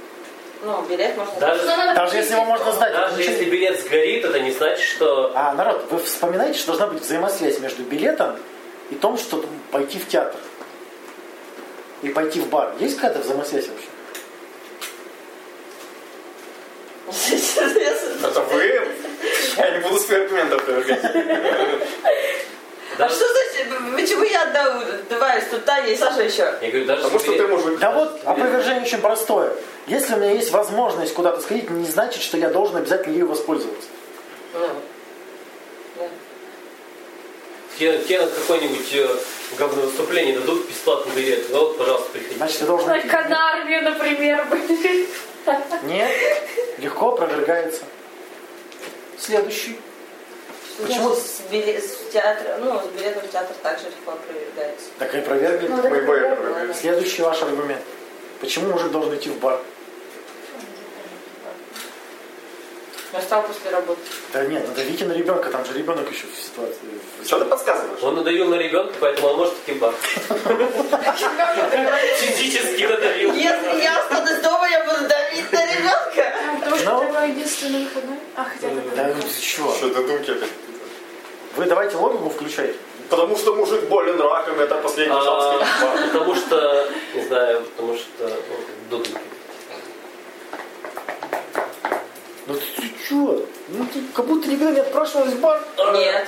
Ну, билет можно сдать. Даже, даже если его можно сдать, это даже ничего не- если билет сгорит, это не значит, что... А, народ, вы вспоминаете, что должна быть взаимосвязь между билетом и том, чтобы пойти в театр. И пойти в бар. Есть какая-то взаимосвязь вообще? Это вы? Я не буду свои аргументы опровергать. А даже- что значит, почему я отдаваюсь тут Таня и Саша еще? Я говорю, даже Потому если что ты билет- мужик. Да вот, опровержение очень простое. Если у меня есть возможность куда-то сходить, не значит, что я должен обязательно ею воспользоваться. Ну, тебе, тебе на какое-нибудь э, говновыступление дадут бесплатный билет. Ну, вот, пожалуйста, приходи. Значит, ты должен... Только на армию, например, были. Нет, легко опровергается. Следующий. Почему? Почему с, биле- с театра, ну, с билетом в театр также легко опровергается. Так и опровергли. Ну, Мы бой опровергать. Следующий ваш аргумент. Почему мужик должен идти в бар? Я встал после работы. Да нет, надавите на ребенка, там же ребенок еще в ситуации. Что ты подсказываешь? Он надавил на ребенка, поэтому он может идти в бар. Физически надавил. Если я встану из дома, я буду давить на ребенка. А, потому что Ну. это мой единственный выходной. А, хотя это Да было. ну ты чего? Что это думки опять? Вы давайте логику включайте. Потому что мужик болен раком, это последний шанс. сходить в бар. А, Потому что, не знаю, потому что ну, дудки. Ну ты, чего? Ну ты как будто никогда не отпрашивалась в бар. Нет.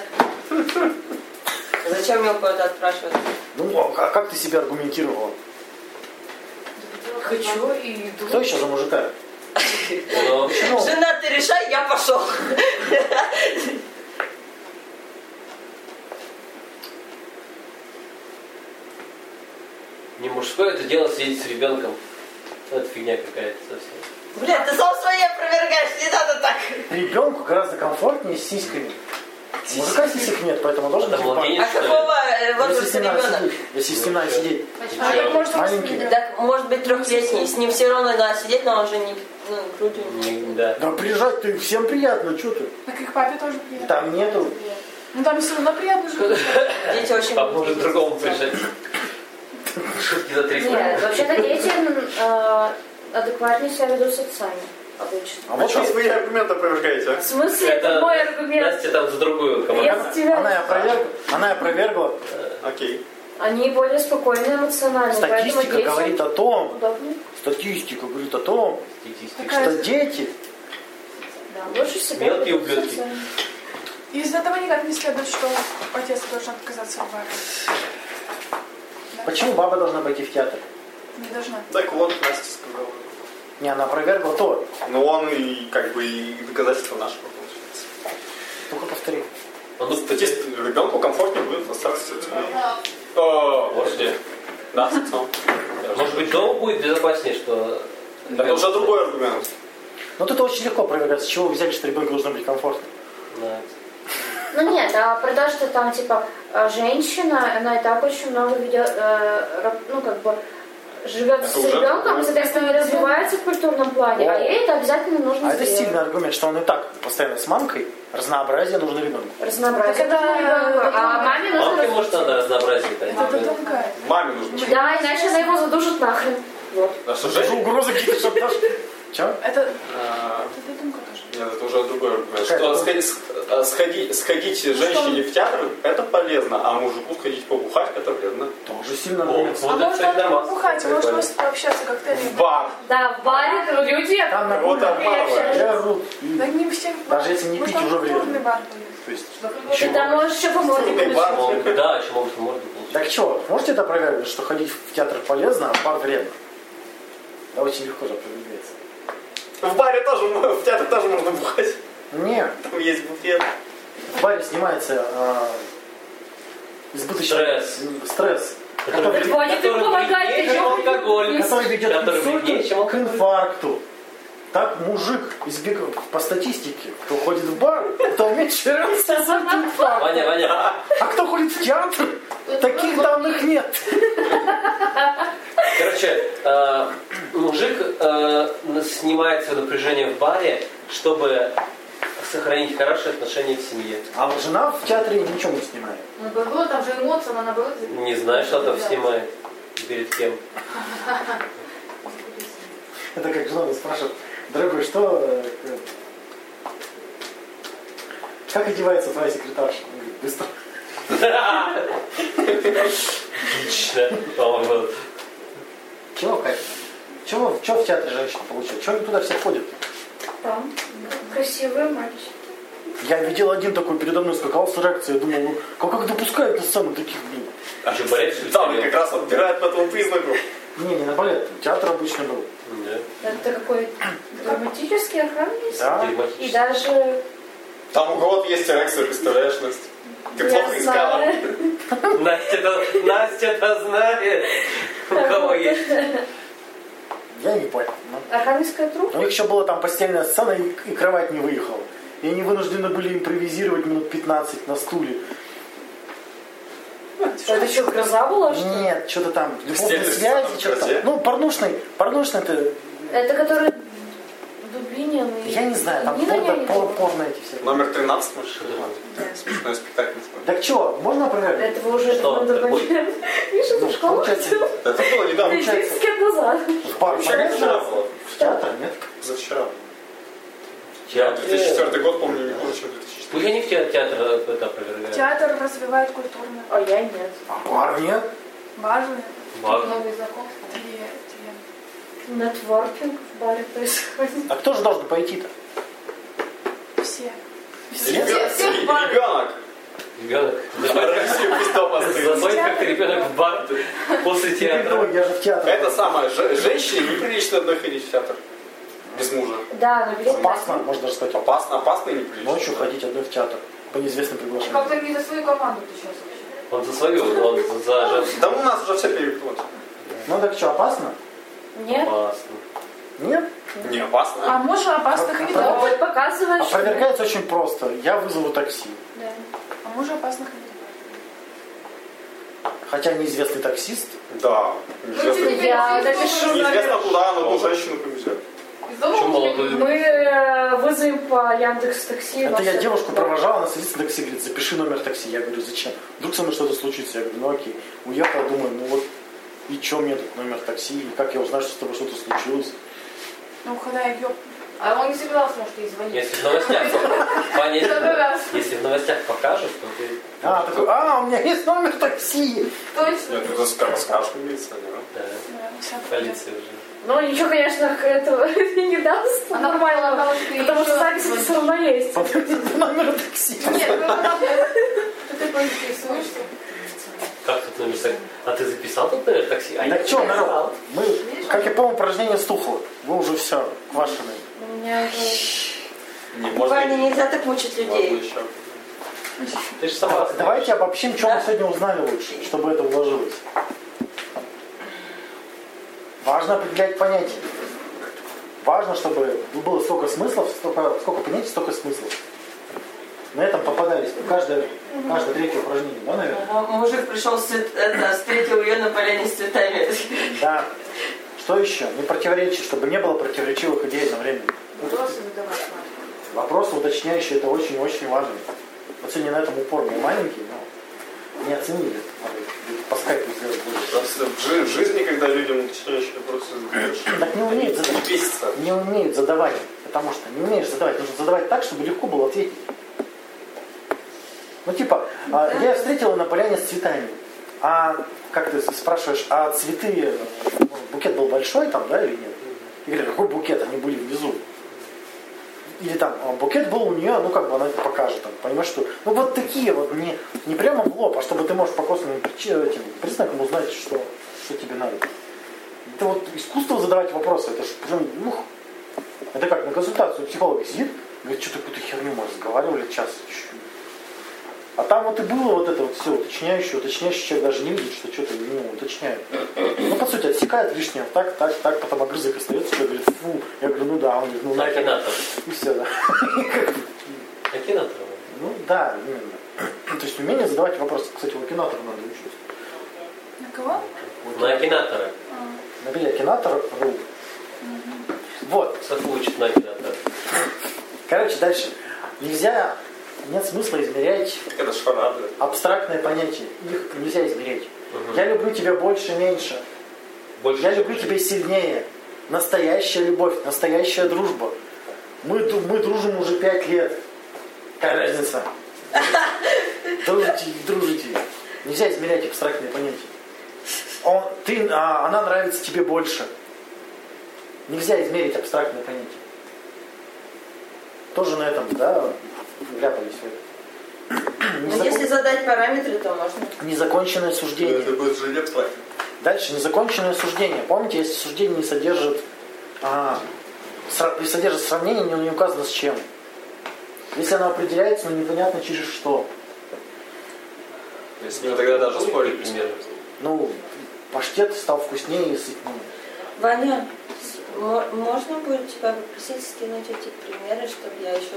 Зачем мне у кого-то отпрашивать? Ну а а как ты себя аргументировала? Хочу и иду. Кто еще за мужика? Но Ну, Жена, ты решай, я пошел. не мужское это дело сидеть с ребенком. Ну, Это фигня какая-то совсем. Блядь, ты сам свои опровергаешь, не надо так. ребенку гораздо комфортнее с сиськами. У Мужика сисек нет, поэтому он должен Это идти в бар. младенец, А что ли? какого э, Если возраста стена ребенок? сидит, если стена сидит. А как можно Маленький. воспитывать? Так, может быть, трехлетний. С ним все равно надо сидеть, но он же не ну, грудью не... Не- Да. Да прижать ты всем приятно, что ты? Так их папе тоже приятно. Там нету. Ну там все равно приятно же. Дети очень... А может другому прижать. Шутки за три Нет, вообще-то дети э, адекватнее себя ведут с отцами обычно. А Вы вот что сейчас свои аргументы опровергаете, а? В смысле, это мой аргумент. Настя там за другую команду. Я с она и тебя... опровергла. Она и опровергла. а? Окей. Они более спокойные эмоционально, поэтому Статистика детям говорит о том, удобнее. статистика говорит о том, Статистика. что дети Да, лучше себя Мелкие ведут с ублюдки. отцами. И из этого никак не следует, что отец должен отказаться от бара. Почему баба должна пойти в театр? Не должна. Так вот, Настя сказала. Не, она опровергла то. Ну он и как бы и доказательство нашего получается. Только повтори. Он ну, тут Ну, Статист, ребенку комфортнее будет остаться с отцом. О, Господи. Да, с отцом. Может быть, дома будет безопаснее, что... Это уже другой аргумент. Но Ну, тут очень легко опровергать. С чего вы взяли, что ребенку должно быть комфортно? Да. Ну нет, а про то, что там типа э, женщина, она и так очень много ведет, э, раб- ну как бы живет Это с уже ребенком, такое. и, соответственно, не развивается в культурном плане, а ей это обязательно нужно А это сделать. сильный аргумент, что он и так постоянно с мамкой. Разнообразие нужно ребенку. Разнообразие. Так это, нужно ребенку, а маме нужно Мамке, может, развитие. надо разнообразить. Это додумка. Маме нужно. Да, иначе она его задушит нахрен. Вот. А что, Это же Женя? угрозы какие-то что дашь. Чё? Это А, это Дымка тоже. Нет, это уже другой аргумент. Какая Что это? Ну, сходи- сх- а, сходи- сходить женщине в театр, это полезно, а мужику сходить побухать, это вредно. Тоже сильно О, аргумент. вот а это, можно кстати, не нормально. бухать, Кстати, можно да. просто пообщаться как-то В либо. бар. Да, в баре люди а Там на Вот кухне обманывает. я рут. И- Да не всем. Даже если не Может, пить, уже культурный вредно. бар будет. То есть, Чего? Тогда можешь еще помочь. Ты бар. Мол, Да, еще могут морду получить. Так что, можете это проверить, что ходить в театр полезно, а в бар вредно? Да очень легко же определяется. В баре тоже, мо- в театр тоже можно бухать. Не, Там есть буфет. в баре снимается э, избыточный Стресс. стресс, который, Это Ваня, А ты Который помогай, вреднее, ты чем чё? алкоголь. который ведет к Который инсульту, вреднее, чем к алкоголь. инфаркту. Так мужик избег... по статистике, кто ходит в бар, то меньше раз инсульт, инфаркт. Ваня, Ваня, А кто ходит в театр, таких данных нет. короче, э, мужик э, на- снимает свое напряжение в баре, чтобы сохранить хорошие отношения в семье. А вот жена в театре ничего не снимает. Наоборот, Ну, там же эмоции, она наоборот за- Не знаю, что там снимает и перед кем. Это как жена нас спрашивает, дорогой, что... э, э, Как одевается твоя секретарша? Он говорит, быстро. Отлично, по-моему. Чего, Катя? Чего, чего в театре женщина получила? Чего они туда все ходят? Там красивые мальчики. Я видел один такой передо мной скакал с реакцией. Я думал, ну, как, как допускают на сцену таких, блин? А что, балет, что ли, Там ходил? как раз отбирают по этому признаку. Не, не на балет. Театр обычно был. Да. Это какой драматический охранник. Да? И Дерьматично. даже Там у кого-то есть эрекция, представляешь, Настя? Ты плохо я искала. знаю. Настя-то Настя-то знает, у кого есть. Я не понял. ну. Архангельская труппа. У них еще была там постельная сцена, и, и кровать не выехала. И они вынуждены были импровизировать минут 15 на стуле. Это что, гроза была, что ли? Нет, что-то там, любовные Постельная связи, сцена в что-то грозе? там. Ну, порнушный, порнушный-то Это который в Дублине, ну и- Я не знаю, там Нина порно, Леонидовна. пор- порно эти все. Номер 13, может, что ли? Смешной спектакль. Так что, можно проверить? Этого уже Что он надо такой? понять. Миша, ты в школу Ну, получается, ходил? Это было недавно. получается. 30 лет назад. В бар А Вообще, полезно? вчера было. В театр, нет? Завчера было. Я 2004 год, помню, не хуже, чем 2004. Пусть они в те- театр э, это опровергают. Театр развивает культурно. А я нет. А бар нет? Важно. Бар. новые знакомства. Три, три. Нетворкинг в баре происходит. А кто же должен пойти-то? Все. Ребё- Ребенок! Ребенок. Россию пусть дома остается. Забой, как ребенок в бар после театра. Ой, я же в театр. Э? Это самое, же- женщине неприлично одной ходить в театр. Без мужа. Да, но ведь... Опасно, можно даже сказать. опасно. Опасно, опасно и неприлично. Ночью ходить одной в театр. По неизвестным приглашениям. Как-то не за свою команду ты сейчас вообще. Он за свою, он за- за женскую. Да у нас уже все переплюнули. Ну так что, опасно? Нет. Классно. Нет? Не опасно. А можно опасных А- видов? Опыт показывает, что... Опровергается очень просто. Я вызову такси. Да. А мужа опасных видов? Хотя неизвестный таксист. Да. Ну, Неизвестно, Я напишу. неизвестно куда она одну женщину повезет. Из дома Почему уже молодой? не- Мы э, вызовем по Яндекс Такси. Это я девушку провожал, она садится на такси, говорит, запиши номер такси. Я говорю, зачем? Вдруг со мной что-то случится. Я говорю, ну окей. Уехал, думаю, ну вот, и что мне тут номер такси, и как я узнаю, что с тобой что-то случилось? Ну, когда ее... А он не собирался, может, ей звонить. Если в новостях, Ваня, Второй если- раз. если в новостях покажешь, то ты... А, такой, а, у меня есть номер такси. Точно. Нет, это скажешь, скажешь милиционеру. Да, Да, вся полиция уже. Ну, ничего, конечно, к этого не даст. Она Нормально. попала, ты Потому что еще запись звонишь. все равно есть. Номер такси. Нет, ну когда ты- ты поинтересуешься. Как тут номер так? А ты записал тут номер такси? А я Так что, не народ, записал. мы, как я помню, упражнение стухло. Вы уже все, квашены. У меня уже... Не, Ваня, можно нельзя так мучить можно людей. еще. Ты же сама знаешь. Давайте обобщим, что мы сегодня узнали лучше, чтобы это уложилось. Важно определять понятия. Важно, чтобы было столько смыслов, столько, сколько понятий, столько смыслов. На этом попадались. ну, Каждое, каждое третье упражнение, да, наверное? Ага, Мужик пришел с, цвет- это, встретил ее на поляне с цветами. Да. Что еще? Не противоречие, чтобы не было противоречивых идей одновременно. Вопросы задавать надо. Вопросы уточняющие, это очень-очень важно. Вот сегодня на этом упор был маленький, но не оценили. по скайпу сделать будешь. Просто в, жи- в жизни, когда людям читаешь вопросы, задаешь, Так ну, не умеют задавать. бесится. Не умеют задавать, потому что не умеешь задавать. Нужно задавать так, чтобы легко было ответить. Ну, типа, а, я её встретила на поляне с цветами. А, как ты спрашиваешь, а цветы, э, ну, букет был большой там, да, или нет? И говорят, какой букет, они были внизу. Или там, а, букет был у нее, ну, как бы она это покажет, там, понимаешь, что... Ну, вот такие вот, не, не прямо в лоб, а чтобы ты можешь по косвенным прич- этим признакам узнать, что, что тебе надо. Это вот искусство задавать вопросы, это же прям, ну, это как на консультацию психолог сидит, говорит, что-то какую-то херню мы разговаривали час. чё». А там вот и было вот это вот все уточняющее, уточняющее, человек даже не видит, что что-то ну, уточняет. Ну, по сути, отсекает лишнее, так, так, так, потом огрызок остается, человек говорит, фу, я говорю, ну да, он говорит, ну нахер. Акинатор. И все, да. Акинатор. Ну да, именно. То есть умение задавать вопросы. Кстати, у акинатора надо учиться. На кого? На Акинатора. Набери акинатор. ру. Вот. Софу учит на Акинатора. Короче, дальше. Нельзя, нет смысла измерять Это ж фанат, блядь. абстрактные понятия. Их нельзя измерять. Я люблю тебя больше, меньше. Больше, Я чем люблю жизнь. тебя сильнее. Настоящая любовь, настоящая дружба. Мы, ду- мы дружим уже пять лет. Какая разница? Дружите, дружите. Нельзя измерять абстрактные понятия. Он, ты, а, она нравится тебе больше. Нельзя измерить абстрактные понятия. Тоже на этом, да, вляпались вы. Ну, если Незакон- задать параметры, то можно. Незаконченное суждение. Это будет жене платить. Дальше незаконченное суждение. Помните, если суждение не содержит, а, сра- не содержит сравнение, но не указано с чем. Если оно определяется, но непонятно через что. Я с ним тогда даже спорить не смею. примерно. Ну, паштет стал вкуснее и сытнее. Ваня, с- мо- можно будет тебя попросить скинуть эти примеры, чтобы я еще,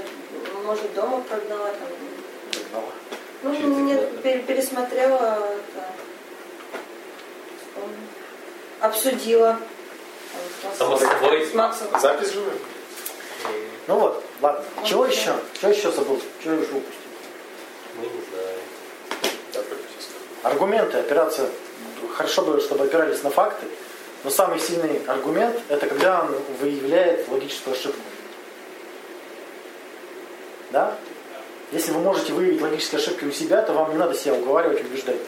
может, дома прогнала там. Догнала. Ну, Через мне интернет, да. пер- пересмотрела, это, вспомнила. обсудила. Там, Само собой. С Максом. Запись живая? Ну вот, ладно. Чего еще? Чего еще забыл? Чего еще упустил? Мы Ну, не знаем. Да, практически. Аргументы, операция. Хорошо бы, чтобы опирались на факты, но самый сильный аргумент – это когда он выявляет логическую ошибку. Да? Если вы можете выявить логические ошибки у себя, то вам не надо себя уговаривать и убеждать.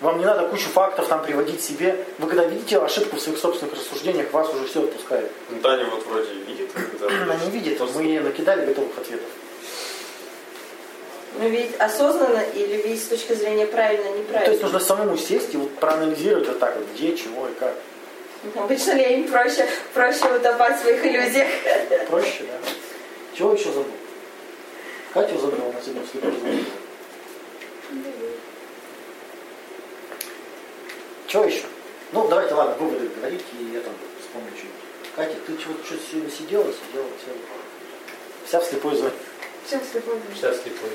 Вам не надо кучу фактов там приводить себе. Вы когда видите ошибку в своих собственных рассуждениях, вас уже все отпускает. Ну, Таня вот вроде и видит. когда Она не видишь. видит, Просто мы ей накидали готовых ответов. Ну, видеть осознанно или видеть с точки зрения правильно, Ну, то есть неправильно. нужно самому сесть и вот проанализировать вот так вот, где, чего и как. Обычно я им проще, проще утопать в своих иллюзиях. Проще, да. Чего еще забыл? Катю забыл, она сегодня слепо забыла. Чего еще? Ну, давайте, ладно, выводы говорите, и я там вспомню что-нибудь. Катя, ты чего-то что-то сегодня сидела, сидела, вся, вся в слепой зоне. Чем слепой будешь? Сейчас слепой.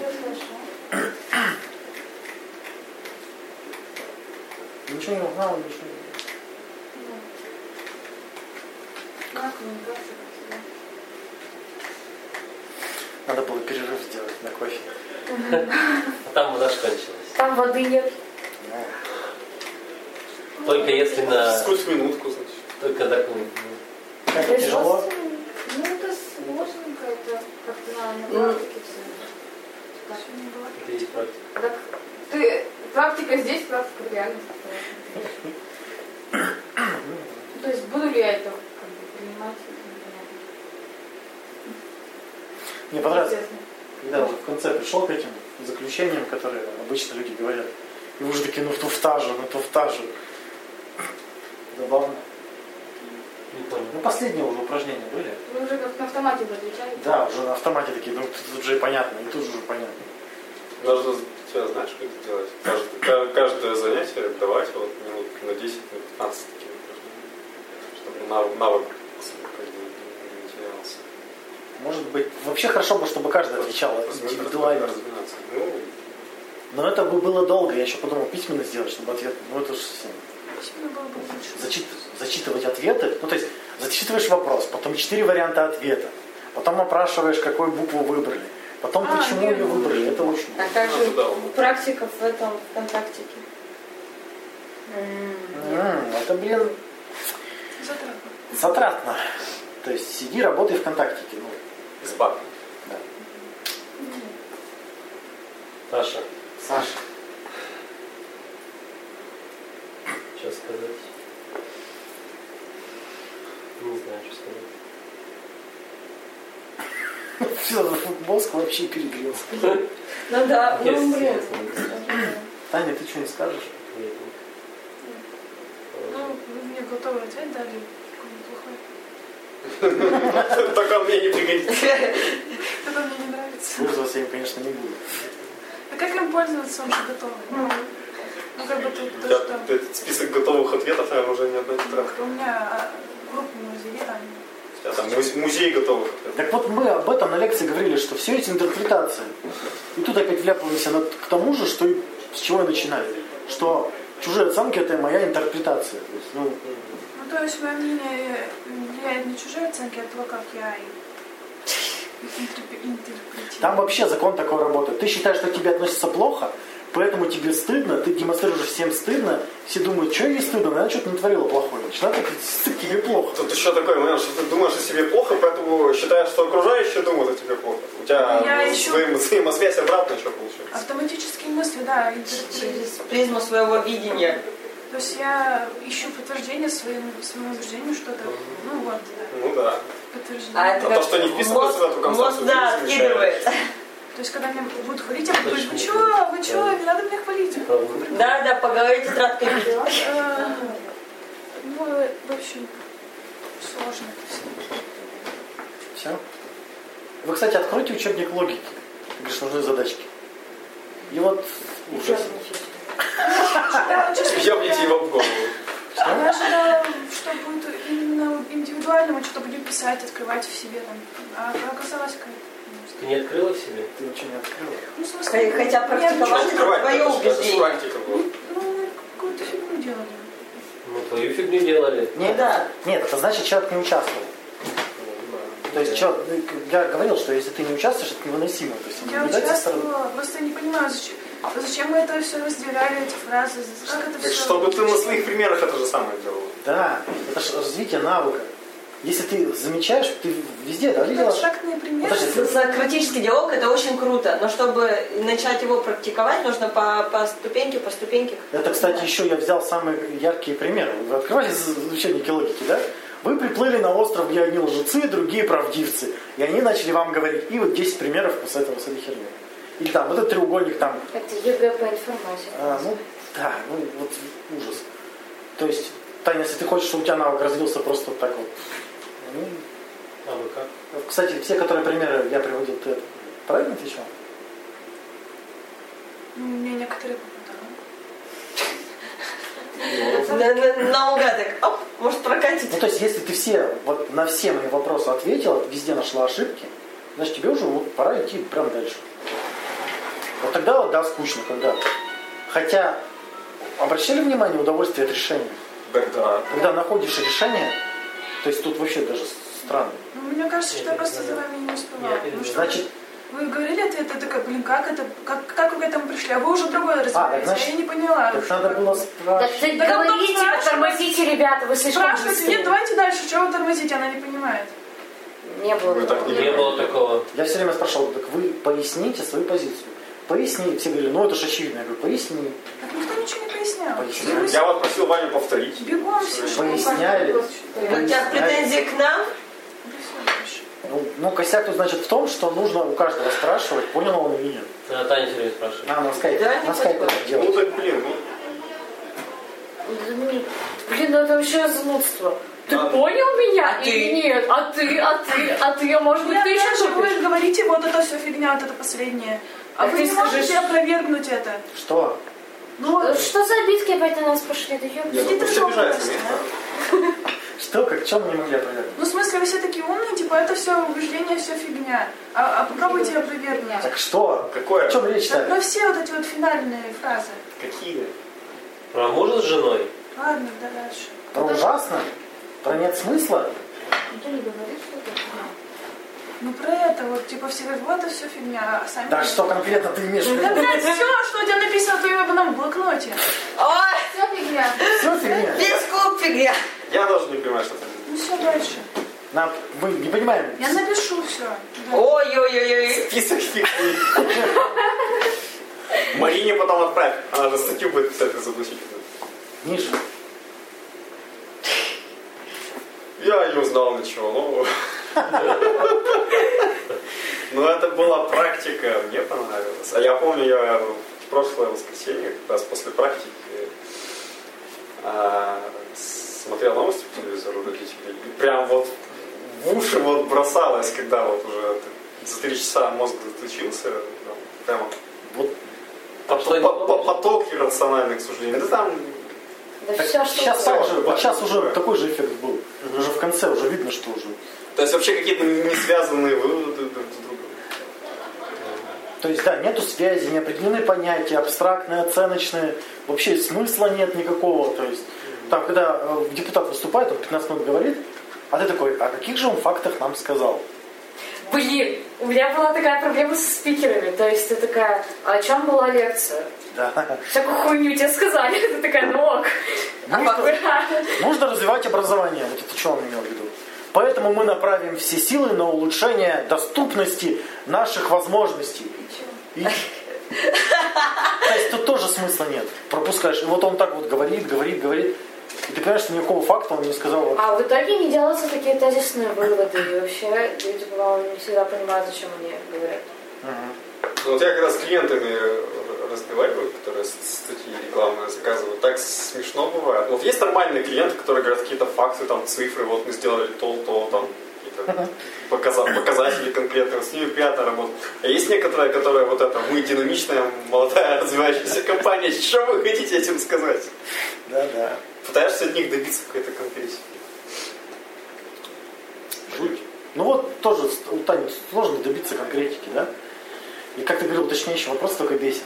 Я слышала. Ничего не узнала, ничего не... Как коммуникация? как всегда. Надо было перерыв сделать на кофе. А там вода ж кончилась. Там воды нет. Да. Только если на... Сквозь минутку, значит. Только так ну, Катя, А тяжело? Ну, это сложненько, это как-то на, на Ну. практике всё. Типа, это и есть практика. Так, ты, практика здесь, практика в реальности. Ну, То есть буду ли я это как бы, принимать? это непонятно. Мне понравилось, Интересно. когда уже в конце пришел к этим заключениям, которые обычно люди говорят. И вы уже такие, ну в туфтажу, ну в туфтажу. Забавно. Не понял. Ну, последние уже упражнения были. Вы уже как на автомате бы отвечали? Да, уже на автомате такие, ну, тут уже и понятно, и тут же уже понятно. Нужно, тебя знаешь, как сделать? Каждое, ка- каждое занятие давать вот минут на 10, на 15 такие упражнения, чтобы нав- навык как бы, не терялся. Может быть, вообще хорошо бы, чтобы каждый отвечал Просто индивидуально. разминаться. Ну, Но это бы было долго, я еще подумал, письменно сделать, чтобы ответ, ну это же совсем. Письменно было бы лучше. Зачит- зачитывать ответы, ну то есть зачитываешь вопрос, потом четыре варианта ответа, потом опрашиваешь, какую букву выбрали, Потом, А, почему ну, ее выбрали, это очень А как Ну, же да. практика в этом ВКонтактике? М, Это, блин, Затратно. затратно. То есть сиди, работай ВКонтактике. Ну, Из бака. Саша, Саша. что сказать? Не знаю, что сказать. Все, мозг вообще перегрелся. Ну да, Есть, ну блин. есть, Таня, ты что не скажешь? Нет. Ну, вы мне готовый ответ дали. Такой неплохой. Только он мне не пригодится. Это мне не нравится. Пользоваться им, конечно, не буду. А как им пользоваться, он же готовый? Ну, как бы тут У то, тебя что... Этот список готовых ответов, наверное, уже не одна тетрадка. Вот У меня а, группа музеи там. У тебя там муз- музей готовых ответов. Так вот мы об этом на лекции говорили, что все эти интерпретации. И тут опять вляпываемся на- к тому же, что и- с чего я начинаю. Что чужие оценки это моя интерпретация. То есть, ну, Ну, то есть мое мнение влияет на чужие оценки, а то, как я их интерпре- интерпретирую. там вообще закон такой работает. Ты считаешь, что к тебе относятся плохо, поэтому тебе стыдно, ты демонстрируешь всем стыдно, все думают, что ей стыдно, она что-то натворила плохое. Начинают относиться к тебе плохо. Тут еще такой момент, что ты думаешь о себе плохо, поэтому считаешь, что окружающие думают о тебе плохо. У тебя Ну, Я А взаим- ищу- взаимосвязь обратно еще получается. Автоматические мысли, да, интерпретирую. Через призму своего видения. То есть я ищу подтверждение своему, своему убеждению что-то. Ну вот, да, Ну да. подтверждение. А это А то, как что не вписывается в эту мозг, концепцию, да, ты откидывает. То есть когда меня будут хвалить, я буду говорить, вы Почему? чё, вы чё, не надо меня хвалить. Правда. ну, Да, да, поговорите тетрадкой. Э, Ну, в общем, сложно это все. Все. Вы, кстати, откройте учебник логики. Как же нужны задачки. И вот ужас. Да, честно Ёбните говоря, его в голову. Я ожидала, что будет именно индивидуально, мы что-то будем писать, открывать в себе там. А оказалось какая-то... Ты не открыла в себе? Ты ничего не открыла. Ну, в смысле... Хотя я Что практиковать это открывать? твое надо, что это же убеждение. практика была. Ну, мы какую-то фигню делали. Ну, твою фигню делали. Нет, Да. нет, это значит, человек не участвовал. То есть, чё, я говорил, что если ты не участвуешь, это невыносимо. То есть, Я наблюдать со стороны. участвовала, просто я не понимаю, зачем, зачем мы это все разделяли, эти фразы, как это Так все... чтобы ты на своих примерах это же самое делал. Да, это же развитие навыка. Если ты замечаешь, ты везде, да, видела? Абстрактные примеры. Подожди, За критический диалог это очень круто, но чтобы начать его практиковать, нужно по, по ступеньке, по ступеньке. Это, кстати, еще я взял самые яркие примеры. Вы открывали з- учебники логики, да? Вы приплыли на остров, где одни лжецы, другие правдивцы. И они начали вам говорить, и вот 10 примеров после этого с этой херни. Или там, вот этот треугольник там, Это ЕГЭ по информатике. А, ну, да, ну вот ужас. То есть, Таня, если ты хочешь, чтобы у тебя навык развился просто так вот. ну, А вы как? кстати, все, которые примеры я приводил, ты это правильно отвечал? Мне некоторые попадали. На- на- Наугад так, оп, может прокатить. Ну, то есть, если ты все, вот на все мои вопросы ответила, везде нашла ошибки, значит, тебе уже вот пора идти прям дальше. Вот тогда, вот, да, скучно, когда. Хотя, обращали внимание удовольствие от решения? Так да. Когда находишь решение, то есть тут вообще даже странно. Ну, мне кажется, что я просто за вами не успевала. Я перед- потому что Значит, Вы говорили ответ, я такая, блин, как это, как, как вы к этому пришли? А вы уже другое разбираете, а, значит, я не поняла. так надо было Так спрашивать. ты Да там говорите, спрашивают. тормозите, ребята, вы слишком Спрашивайте, быстрые. нет, давайте дальше, чего вы тормозите, она не понимает. Не было. Вы так не Не было такого. Я все время спрашивал, так вы поясните свою позицию. Поясни. Все говорили, ну это же очевидно. Я говорю, поясни. Так никто ничего не пояснял. Поясни. И мы Я вот просил Ваню повторить. бегом все, что Поясняли. У тебя претензии к нам? Ну, ну, косяк тут значит в том, что нужно у каждого спрашивать, понял он или нет. А, Таня все время спрашивает. А, на скайпе. Да, не на скайпе подходит. это Ну делать. так, блин, ну, Блин, блин, ну это вообще занудство. Ты Ладно. понял меня А или ты? нет? А ты, а ты, а ты, а может быть, Я ты еще знаю, что купишь? вы говорите, вот это все фигня, вот это последнее. А Так вы ты не можете скажешь- опровергнуть это. Что? Ну, Что за обидки опять на нас пошли? Да ёб- я Иди тут ты все жопу ну, обижается. просто, а? нет? Что? Как? Чем не могли опровергнуть? ну, в смысле, вы все такие умные, типа, это все убеждение, все фигня. А, а попробуйте опровергнуть. Так что? Какое? О чем речь-то? Но все вот эти вот финальные фразы. Какие? Про мужа с женой? Ладно, да дальше. Про ужасно? Про нет смысла? Ну про это вот, типа все говорят, вот это все фигня, а сами... Да что конкретно ты имеешь в Да, виду? блядь, все, что у тебя написано в твоем ебаном блокноте. Ой, Все фигня. Все фигня. пескуп фигня. Я даже не понимаю, что это. Ну все дальше. Нам- мы не понимаем. Я напишу все. Ой-ой-ой-ой. Список фигни. Марине потом отправь. Она же статью будет писать разоблачительную. Миша, Я не узнал ну. ничего нового. Но Ну, это была практика, мне понравилось. А я помню, я в прошлое воскресенье, как раз после практики, а, смотрел новости по телевизору родителей. И прям вот в уши вот бросалось, когда вот уже ты- за три часа мозг отключился. ну, Прямо вот А что поток, они А по- по- поток иррациональных суждений. Да там Да так все, что сейчас угодно. так же, вот сейчас уже Бывает. такой же эффект был. Уже в конце уже видно, что уже. То есть вообще какие-то не связанные выводы друг с другом. То есть, да, нету связи, не определены понятия, абстрактные, оценочные, вообще смысла нет никакого. То есть, там, когда э, депутат выступает, он 15 минут говорит, а ты такой, о каких же он фактах нам сказал? Блин, у меня была такая проблема со спикерами. То есть ты такая, а о чем была лекция? Да. Всякую хуйню тебе сказали. Ты такая, ну ок. Нужно, Ура. нужно развивать образование. Вот это что он имел в виду. Поэтому мы направим все силы на улучшение доступности наших возможностей. И- То есть тут тоже смысла нет. Пропускаешь. И вот он так вот говорит, говорит, говорит. И ты понимаешь, что никакого факта он не сказал вообще. А в итоге не делаются такие тезисные выводы. И вообще люди, по-моему, не всегда понимают, зачем они говорят. Ну, вот я когда с клиентами э, разговариваю, которые с- статьи рекламные заказывают, так смешно бывает. Вот есть нормальные клиенты, которые говорят какие-то факты, там, цифры, вот мы сделали то, то, там, какие-то показа- показатели конкретные, вот с ними приятно работать. А есть некоторые, которые вот это, мы динамичная, молодая, развивающаяся компания, что вы хотите этим сказать? Да, да. Пытаешься от них добиться какой-то конкретики. Жуть. Ну вот тоже с- у Тани сложно добиться конкретики, да? И как ты говорил, точнейший вопрос только бесит.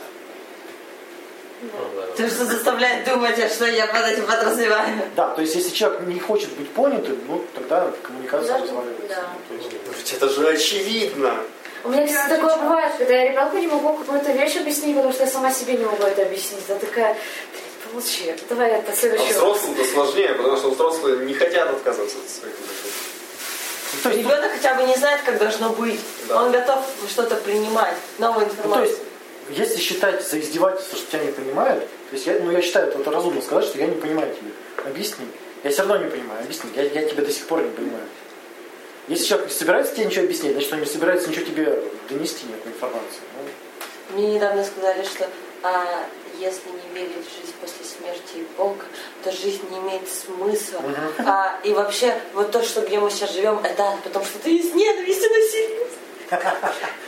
Ну, да. Ты что заставляет думать, а что я под этим подразумеваю? Да, то есть если человек не хочет быть понятым, ну тогда коммуникация Да, разваливается. да. Ну, то есть- Ну, ведь это же очевидно. У меня, кстати, Я такое отвечаю. бывает, когда я ребенку не могу какую-то вещь объяснить, потому что я сама себе не могу это объяснить. Я такая, «Блин, получи, давай это А следующий вопрос». взрослым-то сложнее, потому что взрослые не хотят отказываться от своих увлечений. Ну, то есть тут- Ребенок хотя бы не знает, как должно быть. Да. Он готов что-то принимать, ну, новую то информацию. есть, если считать за издевательство, что тебя не понимают, то есть я, ну, я считаю, это разумно сказать, что я не понимаю тебя. Объясни. Я все равно не понимаю, объясни. Я, я тебя до сих пор не понимаю. Если человек не собирается тебе ничего объяснить, значит он не собирается ничего тебе донести, эту информацию. Ну, Мне недавно сказали, что а, если не верить в жизнь после смерти и Бога, то жизнь не имеет смысла. А, и вообще, вот то, что где мы сейчас живем, это ад, потому что ты из ненависти насильно.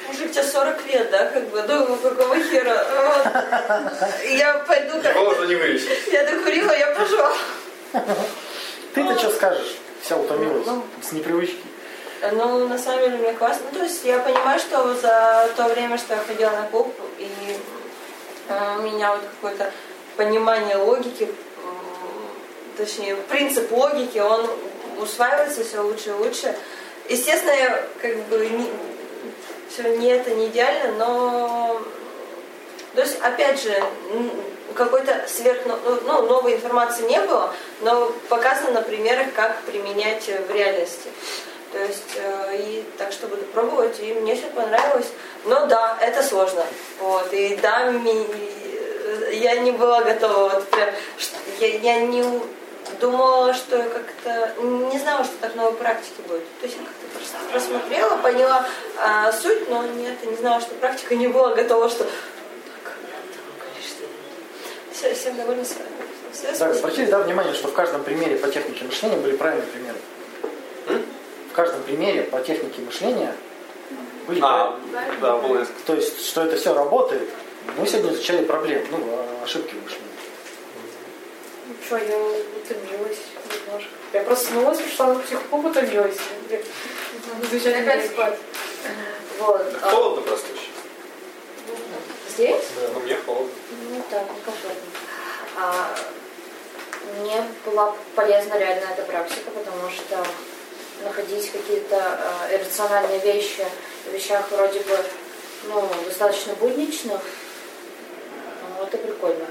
Мужик, тебе 40 лет, да, как бы, ну, какого хера? Вот. Я пойду, как... Его уже не вылечить. Я докурила, я пошла. Ты-то что скажешь? Вся утомилась. Ну, С непривычки. Ну, на самом деле, мне классно. Ну, то есть я понимаю, что за то время, что я ходила на клуб, и э, у меня вот какое-то понимание логики, м, точнее, принцип логики, он усваивается все лучше и лучше. Естественно, я как бы все не это не идеально, но то есть, опять же, м, какой-то сверх, ну, новой информации не было, но показано на примерах, как применять э, в реальности. То есть, э, и так что буду пробовать, и мне все понравилось. Но да, это сложно. Вот, и да, ми- э, я не была готова. Вот прям, ш- я, я не у- думала, что я как-то... Не знала, что так много практики будет. То есть я как-то просто просмотрела, поняла а, суть, но нет, не знала, что практика не была готова, что... Все, всем довольно с Все, Да, спасибо. обратили да, внимание, что в каждом примере по технике мышления были правильные примеры. В каждом примере по технике мышления были А, правильные. да, было несколько. То есть, что это все работает. Мы сегодня изучали проблемы, ну, а, ошибки мышления. Ну что, я утомилась немножко. Я проснулась, пришла на психолог, утомилась. Я- Изучать Опять вещи. спать. Вот. Да А холодно просто еще. здесь? Но мне холодно. Ну да, некомфортно. А, мне была полезна реально эта практика, потому что находить какие-то э, иррациональные вещи в вещах вроде бы ну, достаточно будничных, ну, это прикольно.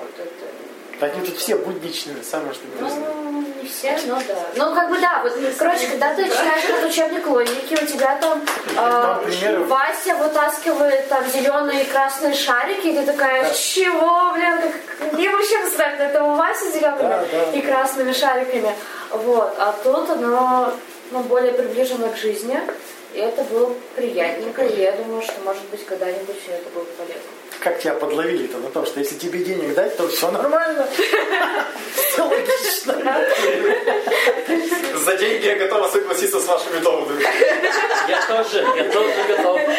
Вот, это... Они тут все будничные, самое что интересное. Ну, не все, но да. Ну, как бы да, вот, короче, когда ты читаешь этот учебник логики, у тебя там Ну, э, примеры. Вася вытаскивает там зеленые и красные шарики, и ты такая, чего, блин, как, мне вообще представить, это у Васи зелеными Да, да, и да. красными шариками. Вот, а тут оно ну, более приближено к жизни, и это было приятненько, и я думаю, что, может быть, когда-нибудь это будет полезно. Как тебя подловили-то на том, что если тебе денег дать, то все нормально. Все логично. За деньги я готова согласиться с вашими доводами. Я тоже, я тоже готов.